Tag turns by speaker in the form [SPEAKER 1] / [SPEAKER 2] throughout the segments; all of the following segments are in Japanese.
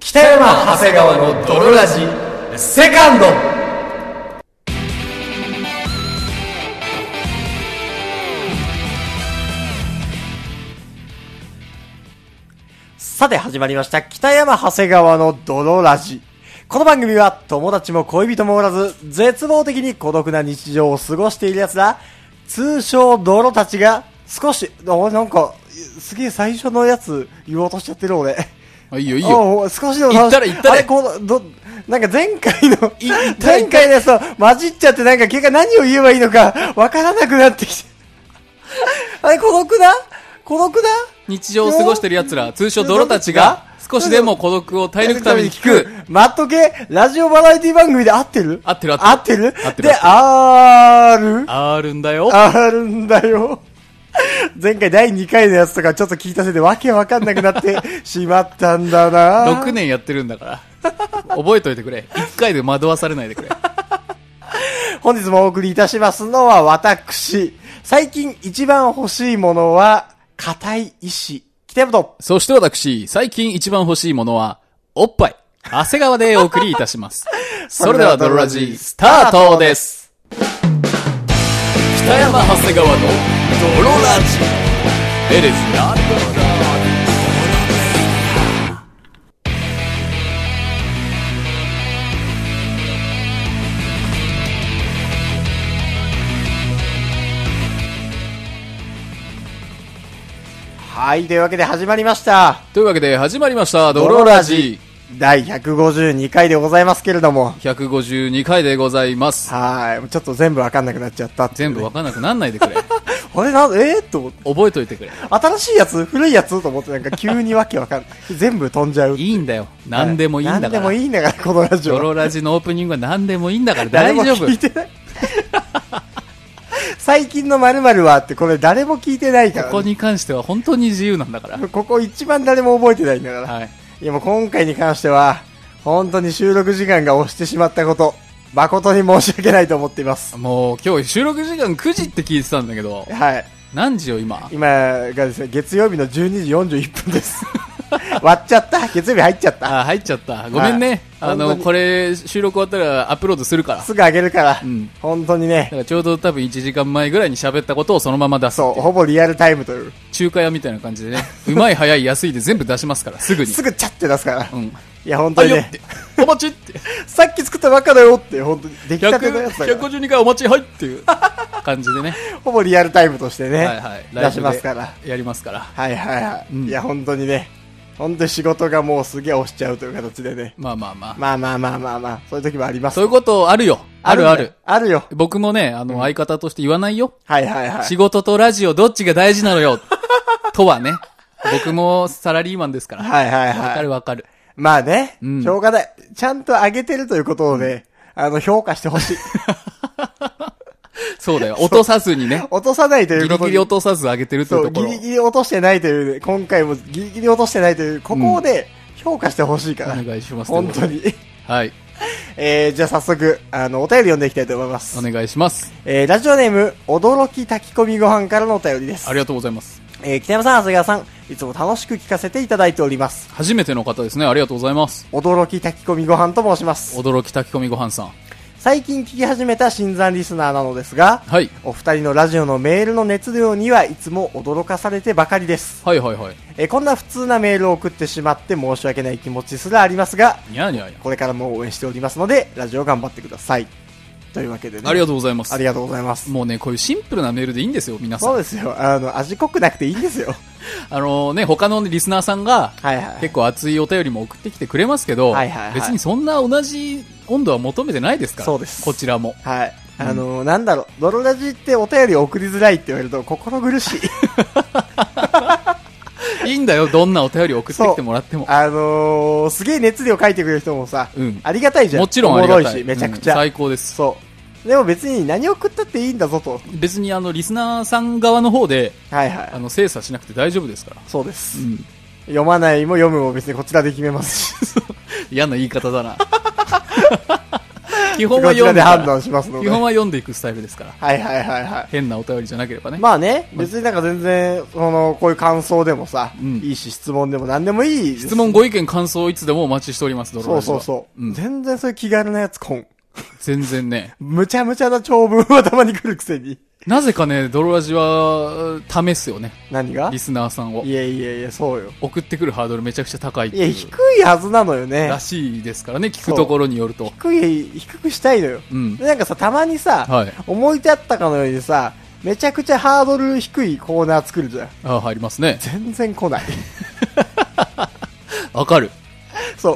[SPEAKER 1] 北山長谷川の泥ラジセカンドさて始まりました北山長谷川の泥ラジこの番組は友達も恋人もおらず絶望的に孤独な日常を過ごしている奴ら通称泥たちが少しおなんかすげえ最初のやつ言おうとしちゃってる俺
[SPEAKER 2] あ、いいよ、いい
[SPEAKER 1] あ
[SPEAKER 2] よ。
[SPEAKER 1] もう少しでも
[SPEAKER 2] 行ったれ行ったれ
[SPEAKER 1] あれこうどなんか前回の
[SPEAKER 2] い 行ったれ
[SPEAKER 1] 前回のやつと混じっちゃってなんか結果何を言えばいいのかわからなくなってきて あれ孤独だ孤独だ
[SPEAKER 2] 日常を過ごしてる奴ら、通称泥たちが、少しでも孤独を耐え抜くために聞く。
[SPEAKER 1] 待っとけラジオバラエティ番組で合ってる
[SPEAKER 2] 合ってる合
[SPEAKER 1] 合
[SPEAKER 2] っ
[SPEAKER 1] ってて
[SPEAKER 2] る
[SPEAKER 1] る
[SPEAKER 2] 合ってる
[SPEAKER 1] で、ある
[SPEAKER 2] あるんだよ。
[SPEAKER 1] あるんだよ。前回第2回のやつとかちょっと聞いたせいでわけわかんなくなってしまったんだ な
[SPEAKER 2] 6年やってるんだから。覚えといてくれ。1回で惑わされないでくれ。
[SPEAKER 1] 本日もお送りいたしますのは私。最近一番欲しいものは、硬い石。北山と。
[SPEAKER 2] そして私、最近一番欲しいものは、おっぱい。汗川でお送りいたします。 それでは、泥ラジ、スタートです。北山長谷川の泥ラジ。エレスな
[SPEAKER 1] はい、というわけで始まりました。
[SPEAKER 2] というわけで、始まりました、泥ラジ。
[SPEAKER 1] 第152回でございますけれども。
[SPEAKER 2] 152回でございます。
[SPEAKER 1] はい、ちょっと全部わかんなくなっちゃったっていう
[SPEAKER 2] 全
[SPEAKER 1] ね、
[SPEAKER 2] 部わかんなくなんないでくれ。
[SPEAKER 1] あれなん、えー、っと思って。
[SPEAKER 2] 覚えといてくれ。
[SPEAKER 1] 新しいやつ古いやつと思ってな んか急にわけわかんない。全部飛んじゃう。
[SPEAKER 2] いいんだよ。何でもいいんだ
[SPEAKER 1] 何で
[SPEAKER 2] か
[SPEAKER 1] も
[SPEAKER 2] ら。
[SPEAKER 1] いいんだから、このラジ
[SPEAKER 2] ド
[SPEAKER 1] オ。
[SPEAKER 2] ロラジのオープニングは何でもいいんだから
[SPEAKER 1] 誰
[SPEAKER 2] 大
[SPEAKER 1] も
[SPEAKER 2] 丈夫
[SPEAKER 1] 聞。いてない。 最近の〇〇はってこれ誰も聞いてないからね、
[SPEAKER 2] ここに関しては本当に自由なんだから。
[SPEAKER 1] ここ一番誰も覚えてないんだから。
[SPEAKER 2] はい。
[SPEAKER 1] い、やもう今回に関しては、本当に収録時間が押してしまったこと、誠に申し訳ないと思っています。
[SPEAKER 2] もう今日収録時間9時って聞いてたんだけど、
[SPEAKER 1] はい。
[SPEAKER 2] 何時よ今。
[SPEAKER 1] 今がですね、月曜日の12時41分 です。割っちゃった。月曜日入っちゃった。
[SPEAKER 2] あ、入っちゃった。ごめんね。
[SPEAKER 1] はい
[SPEAKER 2] あ
[SPEAKER 1] 本
[SPEAKER 2] の、
[SPEAKER 1] 当に
[SPEAKER 2] これ収録終わったらアップロードするから。だ
[SPEAKER 1] すぐ上げるから、
[SPEAKER 2] うん
[SPEAKER 1] 本当にね
[SPEAKER 2] か、らちょうど多分1時間前ぐらいに喋ったことをそのまま出すってい
[SPEAKER 1] そうう、ほぼリアルタイムという。
[SPEAKER 2] 中華屋みたいな感じでね。うまい、早い、安いで全部出しますから、すぐに
[SPEAKER 1] す。ぐチャって出すから。
[SPEAKER 2] う
[SPEAKER 1] い
[SPEAKER 2] ん。
[SPEAKER 1] や、本
[SPEAKER 2] あ
[SPEAKER 1] 当に
[SPEAKER 2] よっ
[SPEAKER 1] ね
[SPEAKER 2] て、。お待ちって。
[SPEAKER 1] さっき作ったばっかだよって、本当に、出来たてのやつだから、
[SPEAKER 2] 152回お待ちはいっていう感じでね。
[SPEAKER 1] ほぼリアルタイムとしてね、
[SPEAKER 2] はいはい。
[SPEAKER 1] 出しますから。。
[SPEAKER 2] やりますから。
[SPEAKER 1] はいはいはい。
[SPEAKER 2] うん
[SPEAKER 1] いや、本当にね、本当に仕事がもうすげえ押しちゃうという形でね。
[SPEAKER 2] まあまあまあ。
[SPEAKER 1] まあまあまあまあまあ、そういう時もあります。
[SPEAKER 2] そういうことあるよ。あるある。。
[SPEAKER 1] あるよ。
[SPEAKER 2] 僕もね、あの、相方として言わないよ。
[SPEAKER 1] はいはいは
[SPEAKER 2] 仕
[SPEAKER 1] い。
[SPEAKER 2] 事とラジオどっちが大事なの よ。とはね。僕もサラリーマンですから。
[SPEAKER 1] はいはい
[SPEAKER 2] わか
[SPEAKER 1] はい。
[SPEAKER 2] るわかる。
[SPEAKER 1] まあね、
[SPEAKER 2] うん
[SPEAKER 1] しょうがない。ちゃんと上げてるということをね、あの、評価してほしい。
[SPEAKER 2] そうだよ。落とさずにね。
[SPEAKER 1] 落とさないとい
[SPEAKER 2] ギ
[SPEAKER 1] うこと
[SPEAKER 2] リギ
[SPEAKER 1] に
[SPEAKER 2] リ落とさず上げてるってい
[SPEAKER 1] そうう、
[SPEAKER 2] と
[SPEAKER 1] ギ
[SPEAKER 2] ころ。
[SPEAKER 1] リギリ落としてないというね、今回もギリギリ落としてないという、ここをね、評価してほしいから。
[SPEAKER 2] お願いします。
[SPEAKER 1] 本当。に。
[SPEAKER 2] はい。
[SPEAKER 1] えー、じゃあ早速、あの、お便り読んでいきたいと思います
[SPEAKER 2] お。願いします。
[SPEAKER 1] えー、ラジオネーム、驚き炊き込みご飯からのお便りです。
[SPEAKER 2] ありがとうございます。
[SPEAKER 1] えー、北山さん、長谷川さん、いつも楽しく聞かせていただいております。
[SPEAKER 2] 初めての方ですね。ありがとうございます。
[SPEAKER 1] 驚き炊き込みご飯と申します。
[SPEAKER 2] 驚き炊き込みご飯さん。
[SPEAKER 1] 最近聞き始めた新参リスナーなのですが、
[SPEAKER 2] はい。
[SPEAKER 1] お二人のラジオのメールの熱量にはいつも驚かされてばかりです。
[SPEAKER 2] はいはいはい。
[SPEAKER 1] えーこんな普通なメールを送ってしまって申し訳ない気持ちすらありますが、
[SPEAKER 2] にゃーにゃーにゃ
[SPEAKER 1] これからも応援しておりますので、ラジオ頑張ってください。というわけでね。
[SPEAKER 2] ー。ありが
[SPEAKER 1] と
[SPEAKER 2] とうございます
[SPEAKER 1] あり。がとうございます。
[SPEAKER 2] もうね、こういうシンプルなメールでいいんですよ、皆さ。
[SPEAKER 1] そうんですよ。あの、味濃くなくていいんですよ。
[SPEAKER 2] あのね、他のリスナーさんが、
[SPEAKER 1] はいはい。
[SPEAKER 2] 結構熱いお便りも送ってきてくれますけど、
[SPEAKER 1] はいはいはい
[SPEAKER 2] 別にそんな同じ温度は求めてないですから、
[SPEAKER 1] そうです
[SPEAKER 2] こちらも。
[SPEAKER 1] はい。あの、なんだろう、泥ラジってお便り送りづらいって言われると心苦しい。
[SPEAKER 2] いいんだよ、どんなお便り送ってきてもらっても。
[SPEAKER 1] あのー、すげえ熱量書いてくれる人もさ、
[SPEAKER 2] うん
[SPEAKER 1] ありがたいじゃん。
[SPEAKER 2] もちろんありがた
[SPEAKER 1] おもろい
[SPEAKER 2] い。
[SPEAKER 1] し、めちゃくちゃ。
[SPEAKER 2] うん最高です。
[SPEAKER 1] そう。でも別に何送ったっていいんだぞと。
[SPEAKER 2] 別にあの、リスナーさん側の方で、
[SPEAKER 1] はいはい。
[SPEAKER 2] あの、精査しなくて大丈夫ですから。
[SPEAKER 1] そうです、
[SPEAKER 2] うん
[SPEAKER 1] 読まないも 読むも別にこちらで決めますし。
[SPEAKER 2] 嫌な言い方だな。基本
[SPEAKER 1] こ
[SPEAKER 2] は
[SPEAKER 1] ちら
[SPEAKER 2] 読ん
[SPEAKER 1] で
[SPEAKER 2] でから
[SPEAKER 1] 判断しますの
[SPEAKER 2] 基
[SPEAKER 1] で。
[SPEAKER 2] 本
[SPEAKER 1] は
[SPEAKER 2] は読んでいくスタイルですから。
[SPEAKER 1] いはいはいはい。
[SPEAKER 2] 変なお便りじゃなければね。
[SPEAKER 1] まあね、別になんか全然、その、こういう感想でもさ、
[SPEAKER 2] ん
[SPEAKER 1] いいし、質問でも何でもいいです。
[SPEAKER 2] 質問、ご意見、感想をいつでもお待ちしております、ドロ
[SPEAKER 1] そ
[SPEAKER 2] ラ
[SPEAKER 1] う
[SPEAKER 2] ジ
[SPEAKER 1] そ
[SPEAKER 2] は
[SPEAKER 1] うそう。
[SPEAKER 2] ん
[SPEAKER 1] 全然そういう気軽なやつこん。
[SPEAKER 2] 全然ね。
[SPEAKER 1] むちゃむちゃな長文はたまに来るくせに。
[SPEAKER 2] なぜかね、ドロラジは、試すよね。
[SPEAKER 1] 何が
[SPEAKER 2] リスナーさんを
[SPEAKER 1] い。やいやいや、そうよ。
[SPEAKER 2] 送ってくるハードルめちゃくちゃ高いって
[SPEAKER 1] いや、
[SPEAKER 2] いう
[SPEAKER 1] 低いはずなのよね
[SPEAKER 2] ら。しいですからね、聞くところによると。
[SPEAKER 1] 低い、低くしたいのよ。
[SPEAKER 2] うん
[SPEAKER 1] でなんかさ、たまにさ、
[SPEAKER 2] はい
[SPEAKER 1] 思い立ったかのようにさ、めちゃくちゃハードル低いコーナー作るじゃん。
[SPEAKER 2] あ入りますね。
[SPEAKER 1] 全然来ない。
[SPEAKER 2] わかる。
[SPEAKER 1] そ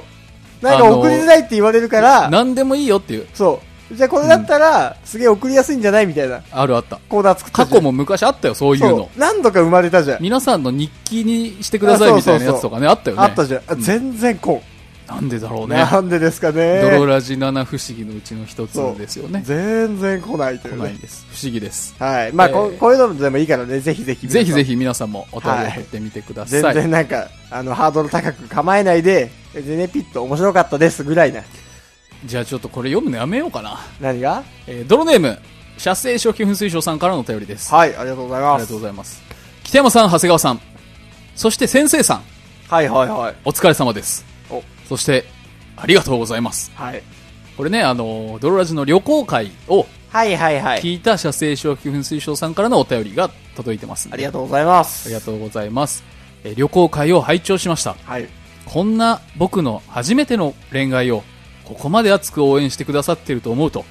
[SPEAKER 1] う。なんか送りづらいって言われるから、
[SPEAKER 2] 何でもいいよっていう。
[SPEAKER 1] そう。じゃあこれだったら、すげえ送りやすいんじゃないみたいな
[SPEAKER 2] あるあった。
[SPEAKER 1] コーナー作った
[SPEAKER 2] 過
[SPEAKER 1] じゃ
[SPEAKER 2] 去
[SPEAKER 1] ん。
[SPEAKER 2] も昔あったよ、そういう
[SPEAKER 1] そう
[SPEAKER 2] の。
[SPEAKER 1] 何度か生まれたじゃん。
[SPEAKER 2] 皆さんの日記にしてください
[SPEAKER 1] あ
[SPEAKER 2] みたい
[SPEAKER 1] そうそ
[SPEAKER 2] な
[SPEAKER 1] うそう
[SPEAKER 2] やつとかね、あったよね。
[SPEAKER 1] あったじゃん。あ
[SPEAKER 2] うん
[SPEAKER 1] 全然来ん。
[SPEAKER 2] なんでだろうね。
[SPEAKER 1] なんでですかね。
[SPEAKER 2] ドロラジ七不思議のうちの一つ
[SPEAKER 1] そう
[SPEAKER 2] ですよね。
[SPEAKER 1] 全然来ないとい
[SPEAKER 2] 来
[SPEAKER 1] う
[SPEAKER 2] ない
[SPEAKER 1] ね。
[SPEAKER 2] です。不思議です。
[SPEAKER 1] はい。まあ、こ
[SPEAKER 2] えー
[SPEAKER 1] こういうのでもいいからね、ぜひぜひ。
[SPEAKER 2] ぜひぜ
[SPEAKER 1] ひ。
[SPEAKER 2] ひ皆さんもお便りを送ってみてください。
[SPEAKER 1] 全然なんか、あの、ハードル高く構えないで、全然ピッと面白かったですぐらいな。
[SPEAKER 2] じゃあちょっとこれ読むのやめようかな。
[SPEAKER 1] 何が
[SPEAKER 2] えー、ドロネーム、射精初期噴水賞さんからのお便りです。
[SPEAKER 1] はい、ありがとうござい
[SPEAKER 2] あ
[SPEAKER 1] ま
[SPEAKER 2] りが
[SPEAKER 1] す
[SPEAKER 2] とう。ございます。北山さん、長谷川さん、そして先生さん、
[SPEAKER 1] はいはいはい。
[SPEAKER 2] お疲れ様です。
[SPEAKER 1] お、
[SPEAKER 2] そして、ありがとうございます。
[SPEAKER 1] はい。
[SPEAKER 2] これね、あの、ドロラジの旅行会を
[SPEAKER 1] はいはいはい。
[SPEAKER 2] 聞いた射精小期噴水賞さんからのお便りが届いてますんで
[SPEAKER 1] ありがとうございます。
[SPEAKER 2] ありがとうございます。えー旅行会を拝聴しました。
[SPEAKER 1] はい。
[SPEAKER 2] こんな僕の初めての恋愛をここまで熱く応援してくださっていると思うと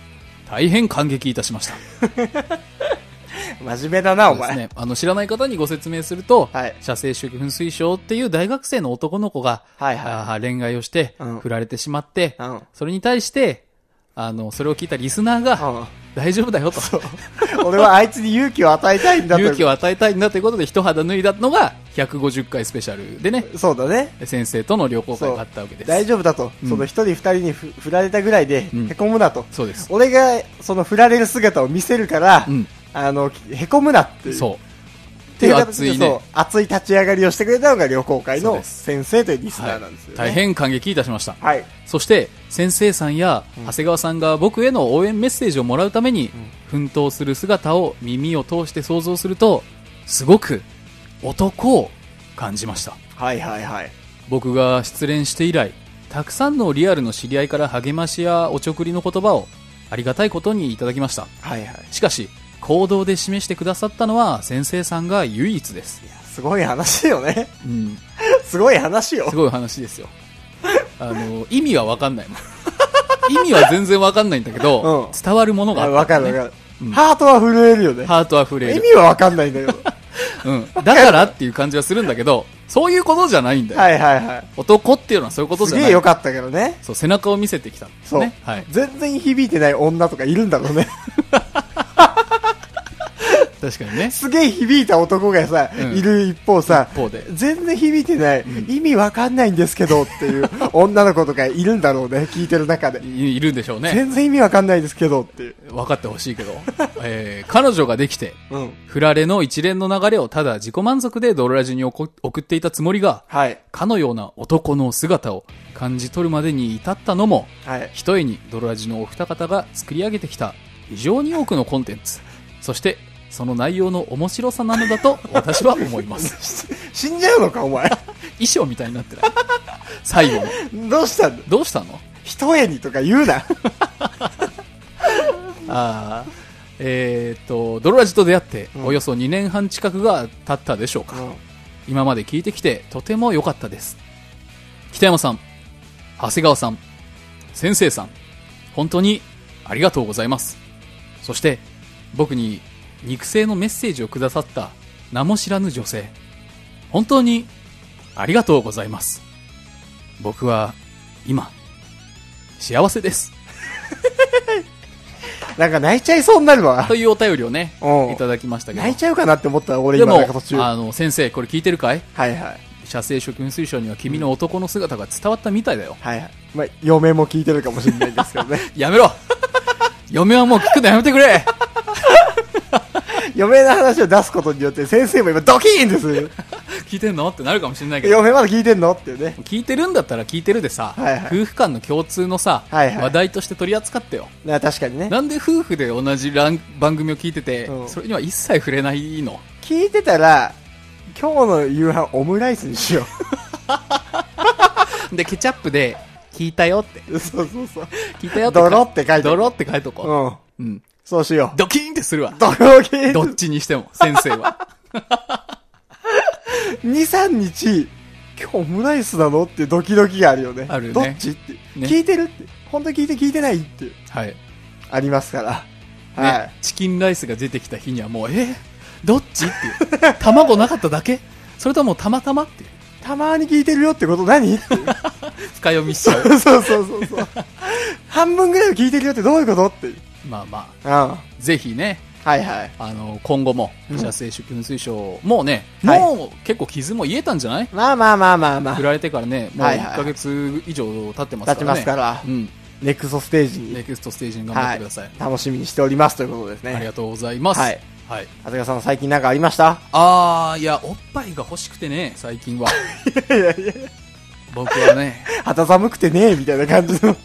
[SPEAKER 2] 大変感激いたしました。
[SPEAKER 1] 真面目だな、お
[SPEAKER 2] そうです
[SPEAKER 1] 前。
[SPEAKER 2] ね、あの知らない方にご説明すると、
[SPEAKER 1] はい
[SPEAKER 2] 射精主義噴水症っていう大学生の男の子が、
[SPEAKER 1] はいはい
[SPEAKER 2] あー恋愛をして、
[SPEAKER 1] うん
[SPEAKER 2] 振られてしまって、
[SPEAKER 1] うん
[SPEAKER 2] それに対して、あの、それを聞いたリスナーが、大丈夫だよと、
[SPEAKER 1] うん。 俺はあいつに勇気を与えたいんだと。
[SPEAKER 2] 勇気を与えたいんだということで一肌脱いだのが150回スペシャルでね、
[SPEAKER 1] そうだね。
[SPEAKER 2] 先生との旅行
[SPEAKER 1] そ
[SPEAKER 2] 会
[SPEAKER 1] う
[SPEAKER 2] があったわけです。
[SPEAKER 1] 大丈夫だと。その一人二人にふ振られたぐらいで、
[SPEAKER 2] うん
[SPEAKER 1] へこむなと。
[SPEAKER 2] そうです。
[SPEAKER 1] 俺が、その振られる姿を見せるから、
[SPEAKER 2] うん
[SPEAKER 1] あの、へこむなっていう。
[SPEAKER 2] そう。
[SPEAKER 1] っ
[SPEAKER 2] ってて
[SPEAKER 1] い
[SPEAKER 2] いうう
[SPEAKER 1] 熱
[SPEAKER 2] 熱
[SPEAKER 1] い
[SPEAKER 2] い
[SPEAKER 1] ね
[SPEAKER 2] ね。
[SPEAKER 1] 熱い立ち上がりをしてくれたのが旅行会
[SPEAKER 2] そう
[SPEAKER 1] の
[SPEAKER 2] です
[SPEAKER 1] 先生というリスナ
[SPEAKER 2] は
[SPEAKER 1] ーなんですよ、ね
[SPEAKER 2] い大。変感激いたしました。
[SPEAKER 1] はい。
[SPEAKER 2] そして先生さんや長谷川さんが僕への応援メッセージをもらうために奮闘する姿を耳を通して想像するとすごく男を感じました
[SPEAKER 1] はいはいはい。
[SPEAKER 2] 僕が失恋して以来たくさんのリアルの知り合いから励ましやおちょくりの言葉をありがたいことにいただきました
[SPEAKER 1] はいはい。
[SPEAKER 2] しかし行動で示してくださったのは先生さんが唯一です、
[SPEAKER 1] すごい話よね。
[SPEAKER 2] うん、
[SPEAKER 1] すごい話よ
[SPEAKER 2] す。ごい話ですよあの意味は分かんないもん意味は全然分かんないんだけ
[SPEAKER 1] う
[SPEAKER 2] ど、
[SPEAKER 1] ん
[SPEAKER 2] 伝わるものがあ
[SPEAKER 1] あ
[SPEAKER 2] った
[SPEAKER 1] わかる
[SPEAKER 2] ね
[SPEAKER 1] わかる、ハートは震えるよね。
[SPEAKER 2] ハートは震え
[SPEAKER 1] 意
[SPEAKER 2] る、
[SPEAKER 1] 味はわかんないんだけど。
[SPEAKER 2] うん、だからっていう感じはするんだけどそういうことじゃないんだよ、
[SPEAKER 1] はいはいはい。
[SPEAKER 2] 男っていうのはそういうことじ
[SPEAKER 1] す
[SPEAKER 2] ゃ
[SPEAKER 1] げ
[SPEAKER 2] な
[SPEAKER 1] え
[SPEAKER 2] い
[SPEAKER 1] 良かったけどね。
[SPEAKER 2] そう背中を見せてきたんです
[SPEAKER 1] そう
[SPEAKER 2] ね、はい、
[SPEAKER 1] 全然響いてない女とかいるんだろう ね。
[SPEAKER 2] 確かにね
[SPEAKER 1] すげえ響いた男がさ、
[SPEAKER 2] うん
[SPEAKER 1] いる一方さ
[SPEAKER 2] 一方で、
[SPEAKER 1] 全然響いてない、意味わかんないんですけどっていう 女の子とかいるんだろうね、聞いてる中で。
[SPEAKER 2] いいるんでしょうね
[SPEAKER 1] 全然意味わかんないですけどっていう。
[SPEAKER 2] 分かってほしいけど、えー彼女ができて
[SPEAKER 1] うん。
[SPEAKER 2] 振られの一連の流れをただ自己満足でドロラジに送送っていたつもりが
[SPEAKER 1] はい。
[SPEAKER 2] かのような男の姿を感じ取るまでに至ったのも
[SPEAKER 1] はい。
[SPEAKER 2] ひとえにドロラジのお二方が作り上げてきた非常に多くのコンテンツそしてその内容の面白さなのだと私は思います
[SPEAKER 1] 死んじゃうのか、お前。
[SPEAKER 2] 衣装みたいになってない最後の
[SPEAKER 1] どうしたんだ
[SPEAKER 2] どうしたの
[SPEAKER 1] 一重にとか言うな。
[SPEAKER 2] あーえーっとドロラジと出会って
[SPEAKER 1] うん
[SPEAKER 2] およそ2年半近くが経ったでしょうか、今まで聞いてきてとても良かったです北山さん長谷川さん先生さん本当にありがとうございますそして僕に肉声のメッセージをくださった名も知らぬ女性本当にありがとうございます僕は今幸せです
[SPEAKER 1] なんか泣いちゃいそうになるわ
[SPEAKER 2] と。いうお便りをね
[SPEAKER 1] うん
[SPEAKER 2] いただきましたけど
[SPEAKER 1] 泣いちゃうかなって思ったら俺
[SPEAKER 2] で
[SPEAKER 1] 今
[SPEAKER 2] も
[SPEAKER 1] なんか途中。は
[SPEAKER 2] あの先生これ聞いてるかい
[SPEAKER 1] いはい。
[SPEAKER 2] 射精諸君水晶には君の男の姿が伝わったみたいだよ
[SPEAKER 1] はいはい。まあ、嫁も聞いてるかもしれないです けどね。
[SPEAKER 2] やめろ 嫁はもう聞くのやめてくれ
[SPEAKER 1] 嫁の話を出すことによって先生も今ドキーンですよ。
[SPEAKER 2] 聞いてんのってなるかもしれないけど
[SPEAKER 1] 嫁まだ聞いてんのっていうね。
[SPEAKER 2] 聞いてるんだったら聞いてるでさ、
[SPEAKER 1] はいはい
[SPEAKER 2] 夫婦間の共通のさ、
[SPEAKER 1] はいはい
[SPEAKER 2] 話題として取り扱ってよ
[SPEAKER 1] な確かにね。
[SPEAKER 2] なんで夫婦で同じラン番組を聞いてて、
[SPEAKER 1] うん
[SPEAKER 2] それには一切触れないの
[SPEAKER 1] 聞いてたら、今日の夕飯オムライスにしよ
[SPEAKER 2] でケチャップで聞いたよって
[SPEAKER 1] う。そうそうそう。
[SPEAKER 2] 聞いたよって
[SPEAKER 1] ドロって書いて
[SPEAKER 2] ドロって書いとこ
[SPEAKER 1] うん。
[SPEAKER 2] う、うん、
[SPEAKER 1] そうしよう。
[SPEAKER 2] ドキーンってするわ
[SPEAKER 1] ドロゲー
[SPEAKER 2] どっちにしても先生は
[SPEAKER 1] 2、3日、今日オムライスなのってドキドキがあるよね。
[SPEAKER 2] あるね
[SPEAKER 1] どっちって、
[SPEAKER 2] ね
[SPEAKER 1] 聞いてるって。本当に聞いて聞いてないって。
[SPEAKER 2] はい、ね
[SPEAKER 1] ありますから。はい。
[SPEAKER 2] チキンライスが出てきた日にはもうえどっちっていう卵なかっただけそれともたまたまっていう
[SPEAKER 1] たまに聞いてるよってこと何っていう
[SPEAKER 2] 深読みしちゃう
[SPEAKER 1] そうそうそうそう。半分ぐらいは聞いてるよってどういうことっていう。
[SPEAKER 2] まあま
[SPEAKER 1] うん。は
[SPEAKER 2] あぜひね
[SPEAKER 1] いはい。
[SPEAKER 2] あの今後も社政出勤推奨、もうね、
[SPEAKER 1] はい
[SPEAKER 2] もう結構傷も癒えたんじゃない
[SPEAKER 1] まあまあまあまあま
[SPEAKER 2] 振
[SPEAKER 1] あ。
[SPEAKER 2] られてからね、もう
[SPEAKER 1] はいはい
[SPEAKER 2] 1ヶ月以上経ってます
[SPEAKER 1] 立
[SPEAKER 2] か
[SPEAKER 1] ち
[SPEAKER 2] ら
[SPEAKER 1] ま
[SPEAKER 2] ね。
[SPEAKER 1] すから、
[SPEAKER 2] うん。
[SPEAKER 1] ネクストステージに、
[SPEAKER 2] ネクストステージに頑張っ
[SPEAKER 1] は
[SPEAKER 2] てください。
[SPEAKER 1] 楽しみにしておりますということです
[SPEAKER 2] あり
[SPEAKER 1] ね。
[SPEAKER 2] がとうございます。
[SPEAKER 1] はい。
[SPEAKER 2] はい。
[SPEAKER 1] 長谷川さん最近なんかありました
[SPEAKER 2] あー、いや、おっぱいが欲しくてね、最 近は。
[SPEAKER 1] いやいや
[SPEAKER 2] 僕はね、
[SPEAKER 1] 肌寒くてねみたいな感じの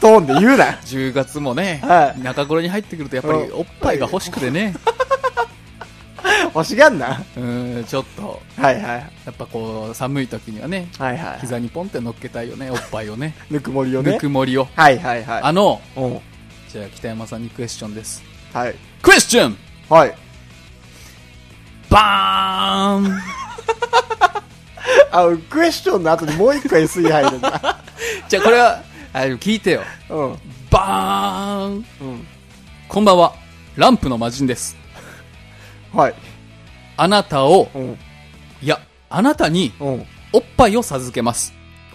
[SPEAKER 1] トーンで言うな。
[SPEAKER 2] 10月もね、
[SPEAKER 1] はい
[SPEAKER 2] 中頃に入ってくるとやっぱり
[SPEAKER 1] うん
[SPEAKER 2] おっぱいが欲しくてね、
[SPEAKER 1] 欲しがんな。
[SPEAKER 2] うん、ちょっと、
[SPEAKER 1] はいはい。
[SPEAKER 2] やっぱこう、寒い時にはね、
[SPEAKER 1] はいはい。
[SPEAKER 2] 膝にポンって乗っけたいよね、おっぱいをね、
[SPEAKER 1] ぬくもりを
[SPEAKER 2] ぬ
[SPEAKER 1] ね。
[SPEAKER 2] くもりを。
[SPEAKER 1] はいはいはい。
[SPEAKER 2] あの、
[SPEAKER 1] うん。
[SPEAKER 2] じゃあ北山さんにクエスチョンです。
[SPEAKER 1] はい。
[SPEAKER 2] クエスチョン
[SPEAKER 1] はい。
[SPEAKER 2] バーン
[SPEAKER 1] あ、クエスチョンの後にもう一個 SE 入るん だ。
[SPEAKER 2] じゃあこれは、あ聞いてよ。
[SPEAKER 1] うん。
[SPEAKER 2] バーン
[SPEAKER 1] うん。
[SPEAKER 2] こんばんは。ランプの魔人です。
[SPEAKER 1] はい。
[SPEAKER 2] あなたを、
[SPEAKER 1] うん。
[SPEAKER 2] いや、あなたに、
[SPEAKER 1] うん。
[SPEAKER 2] おっぱいを授けます。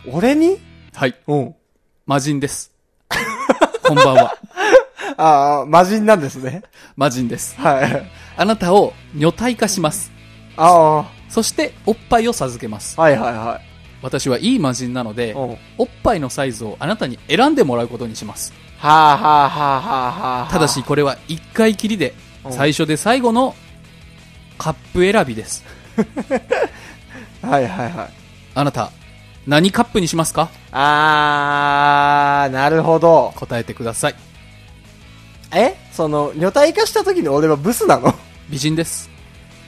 [SPEAKER 1] 俺に
[SPEAKER 2] はい。
[SPEAKER 1] うん。
[SPEAKER 2] 魔人 です。こんばんは。
[SPEAKER 1] ああ、魔人なんですね。
[SPEAKER 2] 魔人です。
[SPEAKER 1] はい。
[SPEAKER 2] あなたを女体化します。
[SPEAKER 1] あ
[SPEAKER 2] そして、おっぱいを授けます
[SPEAKER 1] あ、。はいはいは
[SPEAKER 2] 私はいい魔人なの
[SPEAKER 1] い。
[SPEAKER 2] で
[SPEAKER 1] う、ん。は
[SPEAKER 2] おっぱいのサイズをあなたに選んでもらうことにします。
[SPEAKER 1] あはあはあはあはあ。
[SPEAKER 2] ただし、、これは一回きりで、
[SPEAKER 1] うん
[SPEAKER 2] 最初で最後のカップ選びです。
[SPEAKER 1] はいはいはい。
[SPEAKER 2] あなた、何カップにしますか
[SPEAKER 1] あー、なるほど。
[SPEAKER 2] 答えてください。
[SPEAKER 1] えその、女体化した時に俺はブスなの
[SPEAKER 2] 美人です。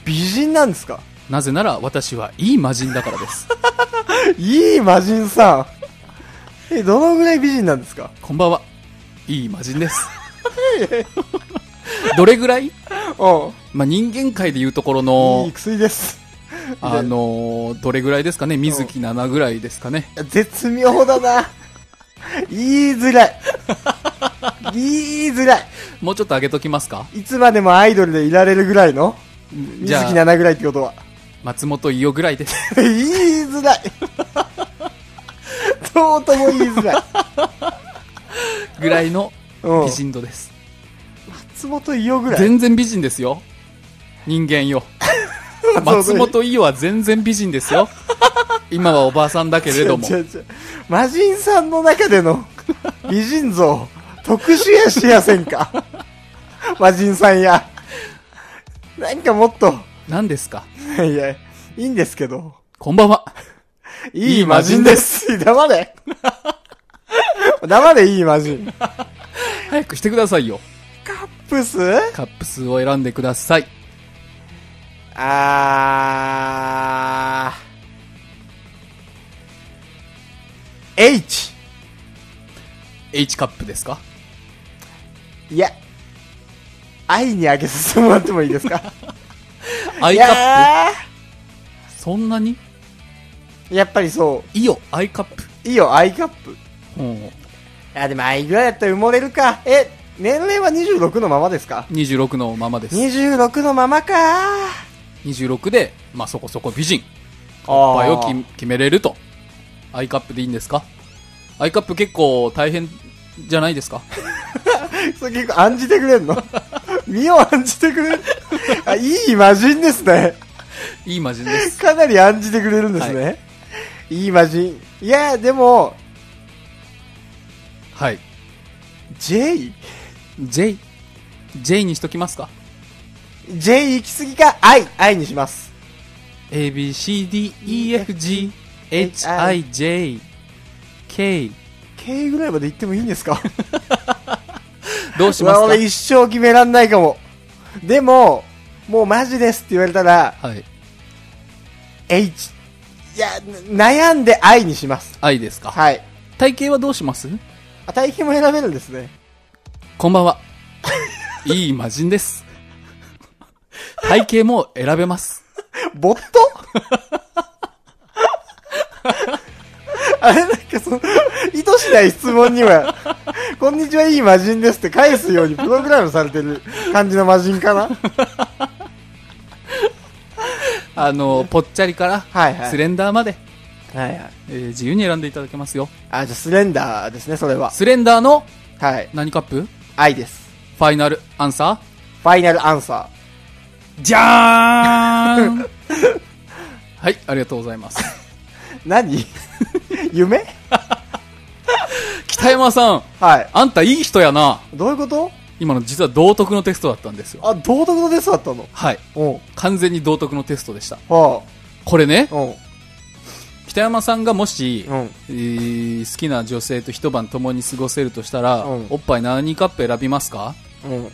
[SPEAKER 1] 美人なんですか
[SPEAKER 2] なぜなら私はいい魔人だか らです。
[SPEAKER 1] いい魔人さん。え、どのぐらい美人なんですか
[SPEAKER 2] こんばんは。いい魔人 です。どれぐらい、
[SPEAKER 1] う
[SPEAKER 2] まあ、人間界でいうところ
[SPEAKER 1] ん。い
[SPEAKER 2] の
[SPEAKER 1] い、薬です。
[SPEAKER 2] あのーどれぐらいですかね水木7ぐらいですかね。
[SPEAKER 1] 絶妙だな。言いづらい。言いづらい。
[SPEAKER 2] もうちょっと上げときますか
[SPEAKER 1] いつまでもアイドルでいられるぐらいの水木
[SPEAKER 2] じゃあ
[SPEAKER 1] 7ぐらいってことは。
[SPEAKER 2] 松本伊代ぐらいです。
[SPEAKER 1] 言いづ らい。どうとも言いづらい。
[SPEAKER 2] ぐらいの
[SPEAKER 1] うん
[SPEAKER 2] 美人度です。
[SPEAKER 1] 松本伊代ぐらい。
[SPEAKER 2] 全然美人ですよ。人 間よ。
[SPEAKER 1] 松
[SPEAKER 2] 松
[SPEAKER 1] 本
[SPEAKER 2] 本伊代は全然美人ですよ。今はおばあさんだけれども。
[SPEAKER 1] 違う違う違う魔人さんの中での美人像、特殊やしやせんか。魔人さんや。なんかもっと、
[SPEAKER 2] 何ですか
[SPEAKER 1] いや、いいんですけど。
[SPEAKER 2] こんばんは。
[SPEAKER 1] いい魔人です。黙れ。黙れ、いい魔人。
[SPEAKER 2] 早くしてくださいよ。
[SPEAKER 1] プス
[SPEAKER 2] カップ数を選んでください。
[SPEAKER 1] あー。H。
[SPEAKER 2] H カップですか
[SPEAKER 1] いや。愛にあげさせてもらってもいいですか
[SPEAKER 2] ?I
[SPEAKER 1] い
[SPEAKER 2] カッ
[SPEAKER 1] や
[SPEAKER 2] プそんなに
[SPEAKER 1] ーやっぱりそ
[SPEAKER 2] イオ、I カップ。
[SPEAKER 1] う。いいよ、愛カップ。
[SPEAKER 2] うん、
[SPEAKER 1] あ、でも愛ぐらいだったら埋もれるか。え、年齢は26のままですか
[SPEAKER 2] 26のままです。
[SPEAKER 1] ?26 のままか
[SPEAKER 2] 26で、まあそこそこ美人。
[SPEAKER 1] お
[SPEAKER 2] 場合をき決めれると。I カップでいいんですか ?I カップ結構大変じゃないですか
[SPEAKER 1] それ結構案じてくれんの 身を案じてくれるあ、いい魔人ですね。
[SPEAKER 2] いい魔人です。
[SPEAKER 1] かなり案じてくれるんですね。い、い魔人。いや、でも、
[SPEAKER 2] はい。
[SPEAKER 1] J?J
[SPEAKER 2] J。J にしときますか
[SPEAKER 1] J 行き過ぎか I。I にします。
[SPEAKER 2] A, B, C, D, E, F, G, H, I, J, K。
[SPEAKER 1] K ぐらいまで行ってもいいんですか
[SPEAKER 2] どうし
[SPEAKER 1] うわ
[SPEAKER 2] ますか
[SPEAKER 1] 俺一生決めらんないかも。でも、もうマジですって言われたら、
[SPEAKER 2] はい。
[SPEAKER 1] H。いや、な悩んで I にします。
[SPEAKER 2] 愛ですか。
[SPEAKER 1] はい。
[SPEAKER 2] 体型はどうします
[SPEAKER 1] あ、体型も選べるんですね。
[SPEAKER 2] こんば んは。いい魔人です。体型も選べます。
[SPEAKER 1] ボットあれなんかその、意図しない質問には、こんにちはいい魔人ですって返すようにプログラムされてる感じの魔人かな
[SPEAKER 2] あの、ぽっちゃりから、
[SPEAKER 1] はいはい
[SPEAKER 2] スレンダーまで、
[SPEAKER 1] はいはい。
[SPEAKER 2] えー自由に選んでいただけますよ。
[SPEAKER 1] あ、じゃあスレンダーですね、それは。
[SPEAKER 2] スレンダーの
[SPEAKER 1] はい。
[SPEAKER 2] 何カップフ
[SPEAKER 1] 愛です。
[SPEAKER 2] ァイナルアンサ
[SPEAKER 1] ファイナルアンサ
[SPEAKER 2] ーじゃーん はい、ありがとうございます。
[SPEAKER 1] ー。何 夢
[SPEAKER 2] 北山さん、
[SPEAKER 1] はい。
[SPEAKER 2] あんたいい人やな。
[SPEAKER 1] どういうこと
[SPEAKER 2] 今の実は道徳のテストだったんですよ。
[SPEAKER 1] あ、道徳のテストだったの
[SPEAKER 2] はい。
[SPEAKER 1] うん。
[SPEAKER 2] 完全に道徳のテストでした。
[SPEAKER 1] は
[SPEAKER 2] これね
[SPEAKER 1] あ。、うん。
[SPEAKER 2] 北山さんがもし、
[SPEAKER 1] うん。
[SPEAKER 2] えー好きな女性と一晩共に過ごせるとしたら、
[SPEAKER 1] うん
[SPEAKER 2] おっぱい何カップ選びますか
[SPEAKER 1] うん。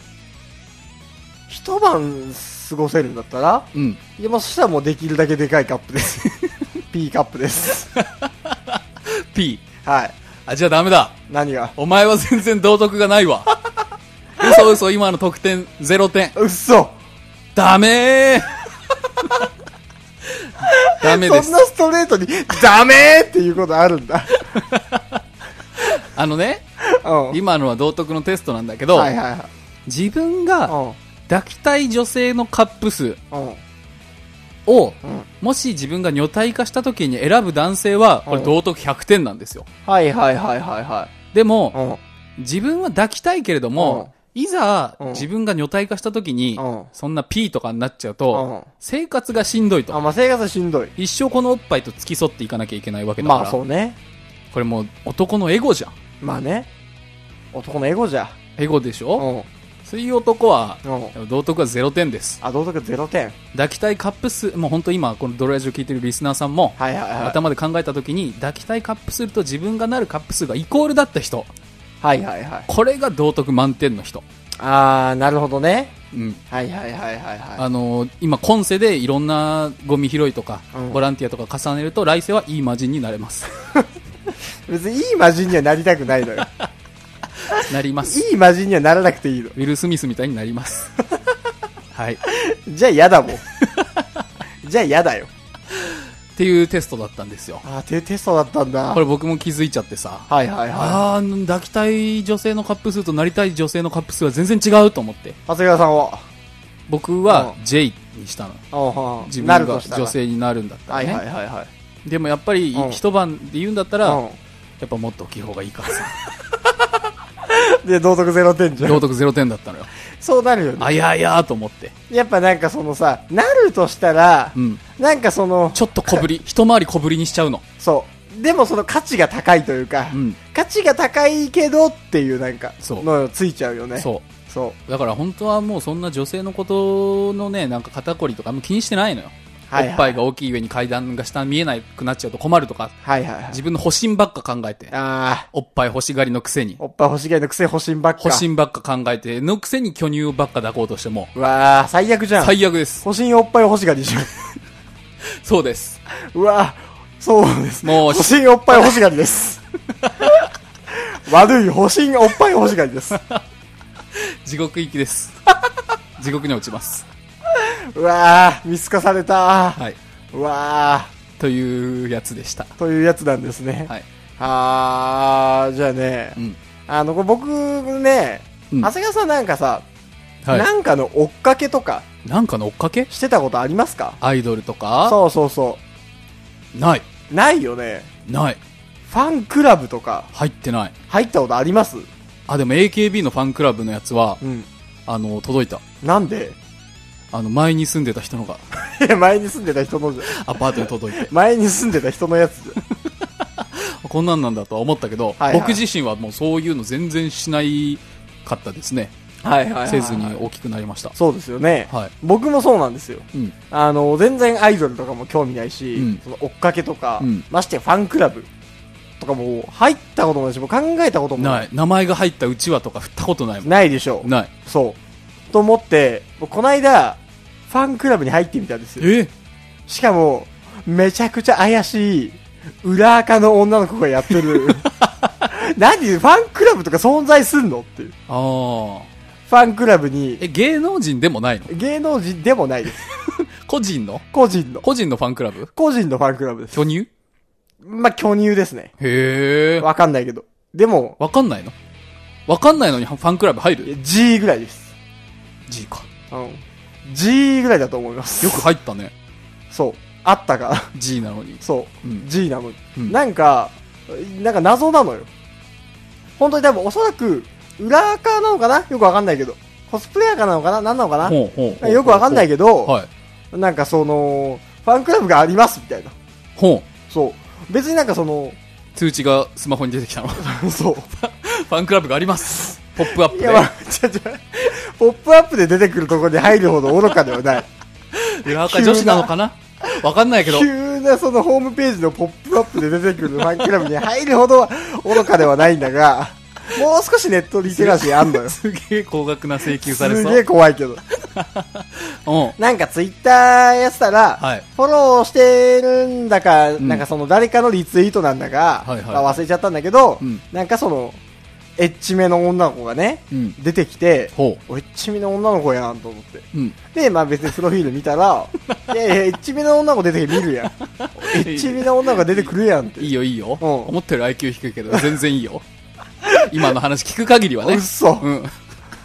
[SPEAKER 1] 一晩過ごせるんだったら
[SPEAKER 2] うん。
[SPEAKER 1] いや、まあ、そしたらもうできるだけでかいカップです。P カップです。
[SPEAKER 2] P。
[SPEAKER 1] はい。
[SPEAKER 2] あ、じゃあダメだ。
[SPEAKER 1] 何が
[SPEAKER 2] お前は全然道徳がない わ。嘘嘘、今の得点0点。
[SPEAKER 1] うっそ
[SPEAKER 2] ダメー ダメ
[SPEAKER 1] そんな
[SPEAKER 2] です。
[SPEAKER 1] ストレートに、ダメーっていうことあるんだ。
[SPEAKER 2] あのね、
[SPEAKER 1] うん。
[SPEAKER 2] 今のは道徳のテストなんだけど、
[SPEAKER 1] はいはいはい。
[SPEAKER 2] 自分が
[SPEAKER 1] う
[SPEAKER 2] 抱きたい女性のカップ
[SPEAKER 1] ん。
[SPEAKER 2] 数
[SPEAKER 1] うん。
[SPEAKER 2] を、
[SPEAKER 1] うん
[SPEAKER 2] もし自分が女体化した時に選ぶ男性は、これ道徳100点なんですよ。
[SPEAKER 1] はいはいはいはいは
[SPEAKER 2] でも
[SPEAKER 1] い。、うん。
[SPEAKER 2] 自分は抱きたいけれども、いざ、
[SPEAKER 1] うん
[SPEAKER 2] 自分が女体化した時に、
[SPEAKER 1] うん
[SPEAKER 2] そんな P とかになっちゃうと、
[SPEAKER 1] うん
[SPEAKER 2] 生活がしんどいと
[SPEAKER 1] あ、。まあ、生活はしんどい。
[SPEAKER 2] 一生このおっぱいと付き添っていかなきゃいけないわけだから、
[SPEAKER 1] まあ、そうね。
[SPEAKER 2] これもう男のエゴじゃん
[SPEAKER 1] まあね。男のエゴじゃ。
[SPEAKER 2] エゴでし
[SPEAKER 1] う
[SPEAKER 2] ょ、
[SPEAKER 1] ん。うん。
[SPEAKER 2] そういう男は道徳は0点です
[SPEAKER 1] あ、道徳0点。
[SPEAKER 2] 抱きたいカップ数もう本当今このドロラジを聞いてるリスナーさんも、
[SPEAKER 1] はいはいはい。
[SPEAKER 2] 頭で考えた時に抱きたいカップ数と自分がなるカップ数がイコールだった人
[SPEAKER 1] はいはいはい。
[SPEAKER 2] これが道徳満点の人、
[SPEAKER 1] あー、なるほどね。
[SPEAKER 2] うん
[SPEAKER 1] はいはいはいはいは
[SPEAKER 2] あのー今今世でいろんなゴミ拾いとか、
[SPEAKER 1] うん
[SPEAKER 2] ボランティアとか重ねると来世はいい魔人になれます
[SPEAKER 1] い。別にいい魔人にはなりたくないの よ。
[SPEAKER 2] なります
[SPEAKER 1] いい魔人にはならなくていいの。
[SPEAKER 2] ウィル・スミスみたいになります はい
[SPEAKER 1] じゃあ嫌だ もん。じゃあ嫌だよ。
[SPEAKER 2] っていうテストだったんですよ。
[SPEAKER 1] あー、てテストだったんだ。
[SPEAKER 2] これ僕も気づいちゃってさ。
[SPEAKER 1] はいはいは
[SPEAKER 2] あー抱きたい女性のカップ数となりたい女性のカップ数は全然違うと思って。
[SPEAKER 1] い。長谷川さんは。
[SPEAKER 2] 僕は
[SPEAKER 1] う
[SPEAKER 2] J にしたの。
[SPEAKER 1] うんうん
[SPEAKER 2] 自分
[SPEAKER 1] な
[SPEAKER 2] が
[SPEAKER 1] るとしたら
[SPEAKER 2] 女。性になるんだった
[SPEAKER 1] はい
[SPEAKER 2] ら
[SPEAKER 1] はい
[SPEAKER 2] ね。
[SPEAKER 1] はいはい。
[SPEAKER 2] でもやっぱり
[SPEAKER 1] うん
[SPEAKER 2] 一晩で言うんだったら、や
[SPEAKER 1] う
[SPEAKER 2] っぱもっと大きい方がいいからさ。
[SPEAKER 1] ん。で、道徳ゼロ点じゃ
[SPEAKER 2] 道
[SPEAKER 1] ん。
[SPEAKER 2] 徳0点だったのよ。
[SPEAKER 1] そうなるよね。
[SPEAKER 2] あややーと思って。
[SPEAKER 1] やっぱなんかそのさ、なるとしたら
[SPEAKER 2] う、ん。
[SPEAKER 1] なんかその、
[SPEAKER 2] ちょっと小 ぶり、一回り小ぶりにしちゃうの。
[SPEAKER 1] そう。でもその価値が高いというか
[SPEAKER 2] う、ん。
[SPEAKER 1] 価値が高いけどっていうなんか、
[SPEAKER 2] そう
[SPEAKER 1] のついちゃうよね。
[SPEAKER 2] そ。
[SPEAKER 1] そう
[SPEAKER 2] だから本当はもうそんな女性のことのね、なんか肩こりとかあんま気にしてないのよ。
[SPEAKER 1] う。はい
[SPEAKER 2] おっ
[SPEAKER 1] は
[SPEAKER 2] ぱ
[SPEAKER 1] い。
[SPEAKER 2] いが大きい上に階段が下見えなくなっちゃうと困るとか、
[SPEAKER 1] はいはいはい
[SPEAKER 2] 自。分の保身ばっか考えて、
[SPEAKER 1] あ
[SPEAKER 2] おっぱい欲しがりのくせ
[SPEAKER 1] ー、、
[SPEAKER 2] に
[SPEAKER 1] おっぱい欲しがりのくせ欲しんばっか。
[SPEAKER 2] 保身ばっか考えて、のくせに巨乳ばっか抱こうとしても、
[SPEAKER 1] うわー、最悪じゃん。
[SPEAKER 2] 最悪です。
[SPEAKER 1] 欲しいおっぱい欲しがりじゃん。
[SPEAKER 2] そうです。
[SPEAKER 1] うわそうです。
[SPEAKER 2] も う
[SPEAKER 1] 欲しいおっぱい欲しがり です。悪い、欲しいおっぱい欲しがりです。
[SPEAKER 2] 地獄行き です。地獄に落ちます。
[SPEAKER 1] うわー見透かされた
[SPEAKER 2] はい。
[SPEAKER 1] うわ
[SPEAKER 2] というやつでした。
[SPEAKER 1] ーというやつなんですね。
[SPEAKER 2] はい。
[SPEAKER 1] あー、じゃあね
[SPEAKER 2] う、ん。
[SPEAKER 1] あの、これ僕ね、
[SPEAKER 2] うん
[SPEAKER 1] 長谷川さんなんかさ、
[SPEAKER 2] はい。な
[SPEAKER 1] なんかの追っかけとか
[SPEAKER 2] んかの追っかけ
[SPEAKER 1] してたことありますか
[SPEAKER 2] アイドルとか
[SPEAKER 1] そうそうそ
[SPEAKER 2] ない。
[SPEAKER 1] う。ないよね。
[SPEAKER 2] ない。
[SPEAKER 1] ファンクラブとか
[SPEAKER 2] 入ってない。
[SPEAKER 1] 入ったことあります
[SPEAKER 2] あ、でも AKB のファンクラブのやつは
[SPEAKER 1] う、ん。
[SPEAKER 2] あの、届いた。
[SPEAKER 1] なんで
[SPEAKER 2] あの、前に住んでた 人のが、
[SPEAKER 1] いや 前に住んでた人のじゃん、。
[SPEAKER 2] アパートに届いて
[SPEAKER 1] 前に住んでた人のやつじゃん
[SPEAKER 2] こんなんなんだとは思ったけど、
[SPEAKER 1] はいはい
[SPEAKER 2] 僕自身はもうそういうの全然しないかったですね。
[SPEAKER 1] はいはいはいはい
[SPEAKER 2] せずに大きくなりました。
[SPEAKER 1] そうですよね、
[SPEAKER 2] はい。
[SPEAKER 1] 僕もそうなんですよ
[SPEAKER 2] うん。
[SPEAKER 1] あの全然アイドルとかも興味ないし、
[SPEAKER 2] うん
[SPEAKER 1] その追っかけとか、
[SPEAKER 2] うん
[SPEAKER 1] ましてやファンクラブとかも入ったこともないしもう考えたことも
[SPEAKER 2] ない。名前が入ったうちわとか振ったことないもん。
[SPEAKER 1] ないでしょう
[SPEAKER 2] ない。
[SPEAKER 1] そうと思って僕この間ファンクラブに入ってみたんですよ
[SPEAKER 2] え
[SPEAKER 1] しかもめちゃくちゃ怪しい裏垢の女の子がやって る何ファンクラブとか存在すんのっていう
[SPEAKER 2] ああ。
[SPEAKER 1] ファンクラブに
[SPEAKER 2] え、芸能人でもないの
[SPEAKER 1] 芸能人でもないです
[SPEAKER 2] 個人の
[SPEAKER 1] 個人の
[SPEAKER 2] 個人のファンクラブ
[SPEAKER 1] 個人のファンクラブです
[SPEAKER 2] 巨乳
[SPEAKER 1] まあ巨乳ですね
[SPEAKER 2] へえ。
[SPEAKER 1] わかんないけどでも
[SPEAKER 2] わかんないのわかんないのにファンクラブ入
[SPEAKER 1] い
[SPEAKER 2] る
[SPEAKER 1] や G ぐらいです。
[SPEAKER 2] ?G か。
[SPEAKER 1] うん。G ぐらいだと思います。
[SPEAKER 2] よく入ったね。
[SPEAKER 1] そう。あったか。
[SPEAKER 2] G なのに。
[SPEAKER 1] そう。
[SPEAKER 2] うん
[SPEAKER 1] G なのに、
[SPEAKER 2] うん
[SPEAKER 1] なんか、なんか謎なのよ。本当に多分おそらく、裏垢なのかなよくわかんないけど。コスプレアかなのかな何なのか
[SPEAKER 2] ほうほうほ
[SPEAKER 1] な
[SPEAKER 2] う
[SPEAKER 1] よくわかんないけど、
[SPEAKER 2] はい。
[SPEAKER 1] なんかその、ファンクラブがありますみたいな。
[SPEAKER 2] ほ
[SPEAKER 1] そう。別になんかその、
[SPEAKER 2] う。通知がスマホに出てきたの。フ
[SPEAKER 1] そう。
[SPEAKER 2] ァンクラブがあります。ポップアップ
[SPEAKER 1] い
[SPEAKER 2] で
[SPEAKER 1] や、まあ、ちょちょ、ポップアップで出てくるところに入るほど愚かではない。。
[SPEAKER 2] 裏垢女子なのかなわかんないけど。
[SPEAKER 1] 急なそのホームページのポップアップで出てくるファンクラブに入るほどは愚かではないんだが、もう少しネットリテラシーあんのよ。す
[SPEAKER 2] すげえ高額な請求されそう。
[SPEAKER 1] げえ怖いけど。
[SPEAKER 2] うん。
[SPEAKER 1] なんかツイッターやってたら、
[SPEAKER 2] はい
[SPEAKER 1] フォローしてるんだか、
[SPEAKER 2] ん
[SPEAKER 1] なんかその誰かのリツイートなんだか、
[SPEAKER 2] はいはい
[SPEAKER 1] まあ忘れちゃったんだけど、
[SPEAKER 2] うん
[SPEAKER 1] なんかその、エッチめの女の子がね、
[SPEAKER 2] うん。
[SPEAKER 1] 出てきて、
[SPEAKER 2] ほ
[SPEAKER 1] おエッチめの女の子やんと思って。
[SPEAKER 2] う。うん。
[SPEAKER 1] で、まあ別にプロフィール見た ら、いやいや、エッチめの女の子出てきて見るやん。エッチめの女の子が出てくるやんって。
[SPEAKER 2] いいよいいよ。
[SPEAKER 1] うん
[SPEAKER 2] 思ったより IQ 低いけど、全然いいよ。今の話聞く限りはね。
[SPEAKER 1] 嘘
[SPEAKER 2] うん。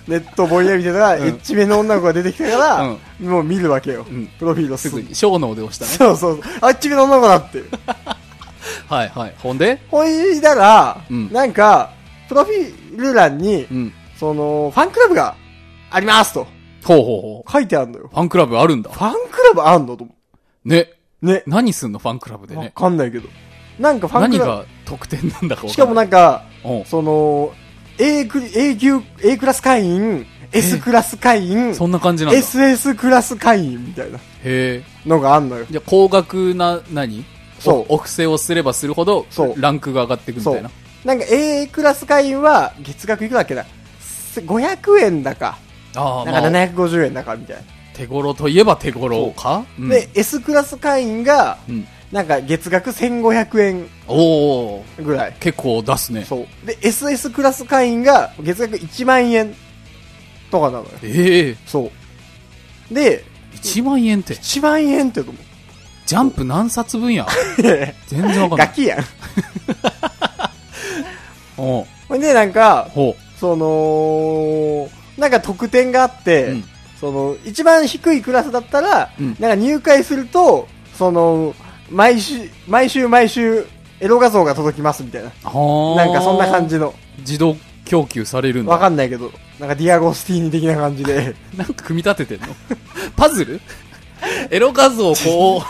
[SPEAKER 1] ネットぼんやり見てたら、
[SPEAKER 2] うん
[SPEAKER 1] エッチめの女の子が出てきたから、もう見るわけよ。
[SPEAKER 2] うん
[SPEAKER 1] プロフィールを
[SPEAKER 2] す
[SPEAKER 1] す
[SPEAKER 2] ぐ
[SPEAKER 1] ぐ
[SPEAKER 2] に、小脳で押したね。
[SPEAKER 1] そうそうそう。あエッチめの女の子だって。
[SPEAKER 2] はいはい。ほんで
[SPEAKER 1] ほいだら、
[SPEAKER 2] うん
[SPEAKER 1] なんか、プロフィール欄に、
[SPEAKER 2] うん。
[SPEAKER 1] その、ファンクラブがありますと
[SPEAKER 2] ほうほうほう。
[SPEAKER 1] 書いてあるのよ。
[SPEAKER 2] ファンクラブあるんだ。
[SPEAKER 1] ファンクラブあんのと思
[SPEAKER 2] ね。
[SPEAKER 1] う。ね。
[SPEAKER 2] 何すんのファンクラブで
[SPEAKER 1] わ
[SPEAKER 2] ね。
[SPEAKER 1] かんないけど。なんかファン
[SPEAKER 2] 何
[SPEAKER 1] クラ
[SPEAKER 2] が得点なんだか
[SPEAKER 1] ブ。しかもなん
[SPEAKER 2] か
[SPEAKER 1] んか、
[SPEAKER 2] らない。うん
[SPEAKER 1] その、A ク、A 級、A クラス会員、S クラス会員、
[SPEAKER 2] そんな感じなんだ。へ
[SPEAKER 1] SS クラス会員みたいな
[SPEAKER 2] え。
[SPEAKER 1] のがあんのよ。
[SPEAKER 2] じゃあ、高額な、何
[SPEAKER 1] そう
[SPEAKER 2] おお布施をすればするほど
[SPEAKER 1] そ、う
[SPEAKER 2] ランクが上がっていくみたいな。
[SPEAKER 1] なんか A クラス会員は月額いくらだっけなす ?500 円だか、
[SPEAKER 2] ああ、
[SPEAKER 1] なんか
[SPEAKER 2] まあ、
[SPEAKER 1] 750円だかみたいな。
[SPEAKER 2] 手頃といえば手頃かうん
[SPEAKER 1] で、S クラス会員が、
[SPEAKER 2] うん
[SPEAKER 1] なんか月額1500円
[SPEAKER 2] おお
[SPEAKER 1] ぐらい。
[SPEAKER 2] 結構出すね。
[SPEAKER 1] そう。で、SS クラス会員が月額1万円とかなのよ。
[SPEAKER 2] ええ
[SPEAKER 1] そう。で、
[SPEAKER 2] 1万円って、
[SPEAKER 1] 1万円ってと思
[SPEAKER 2] ジャンプ何冊 分や
[SPEAKER 1] う。
[SPEAKER 2] 全然わかんな
[SPEAKER 1] ガ
[SPEAKER 2] い。
[SPEAKER 1] キやん。
[SPEAKER 2] おう
[SPEAKER 1] ほんで、なんか、
[SPEAKER 2] ほ
[SPEAKER 1] その、なんか特典があって、
[SPEAKER 2] う。うん。
[SPEAKER 1] その、一番低いクラスだったら、
[SPEAKER 2] うん
[SPEAKER 1] なんか入会すると、その、毎週、毎週毎週、エロ画像が届きますみたいな。
[SPEAKER 2] は
[SPEAKER 1] なんかそんな感。じの、
[SPEAKER 2] 自動供給されるんだ。
[SPEAKER 1] わかんないけど、なんかディアゴスティーニ的な感じで、
[SPEAKER 2] なんか組み立ててんの パズル エロ画像をこ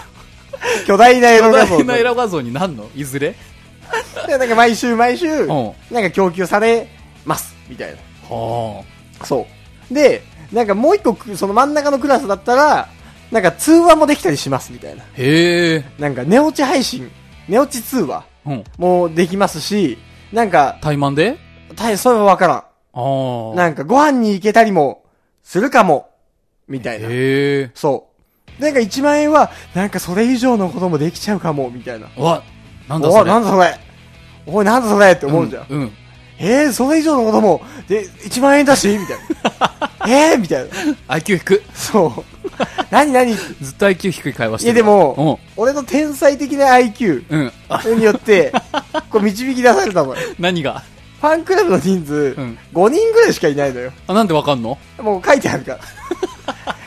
[SPEAKER 2] う、
[SPEAKER 1] 巨大 なエロ
[SPEAKER 2] 巨
[SPEAKER 1] 画像
[SPEAKER 2] 大なエ
[SPEAKER 1] で、
[SPEAKER 2] ロ画像になんのいずれ
[SPEAKER 1] なんか毎週毎週、
[SPEAKER 2] うん。
[SPEAKER 1] なん
[SPEAKER 2] は
[SPEAKER 1] か供給されます、みたいな。
[SPEAKER 2] あ。
[SPEAKER 1] そう。で、なんかもう一個く、その真ん中のクラスだったら、なんか通話もできたりします、みたいな。
[SPEAKER 2] へえ。
[SPEAKER 1] なんか寝落ち配信、寝落ち通話
[SPEAKER 2] うん。
[SPEAKER 1] もできますし、なんか、
[SPEAKER 2] 怠慢で
[SPEAKER 1] 大それはわから
[SPEAKER 2] あ
[SPEAKER 1] ん。
[SPEAKER 2] あ。
[SPEAKER 1] なんかご飯に行けたりもするかも、みたいな。
[SPEAKER 2] へえ。
[SPEAKER 1] そう。なんか1万円は、なんかそれ以上のこともできちゃうかも、みたいな。
[SPEAKER 2] うわ、なんだ
[SPEAKER 1] お
[SPEAKER 2] そ
[SPEAKER 1] い、
[SPEAKER 2] れ。
[SPEAKER 1] なんだそれ。おい、なんだそれって思うじゃん。
[SPEAKER 2] うん。うん
[SPEAKER 1] えー、それ以上のことも、で、1万円だしみたいな。 えーみたいな。
[SPEAKER 2] IQ 低い。
[SPEAKER 1] そう。何何い
[SPEAKER 2] ずっと IQ 低い会話して
[SPEAKER 1] や
[SPEAKER 2] る。
[SPEAKER 1] でも、俺の天才的な IQ
[SPEAKER 2] うん。うん。あ、
[SPEAKER 1] によって、こう導き出されたのよ。
[SPEAKER 2] 何が
[SPEAKER 1] ファンクラブの人数、
[SPEAKER 2] ん
[SPEAKER 1] 5人ぐらいしかいないのよ。
[SPEAKER 2] あ、なんでわかんの
[SPEAKER 1] もう書いてある から。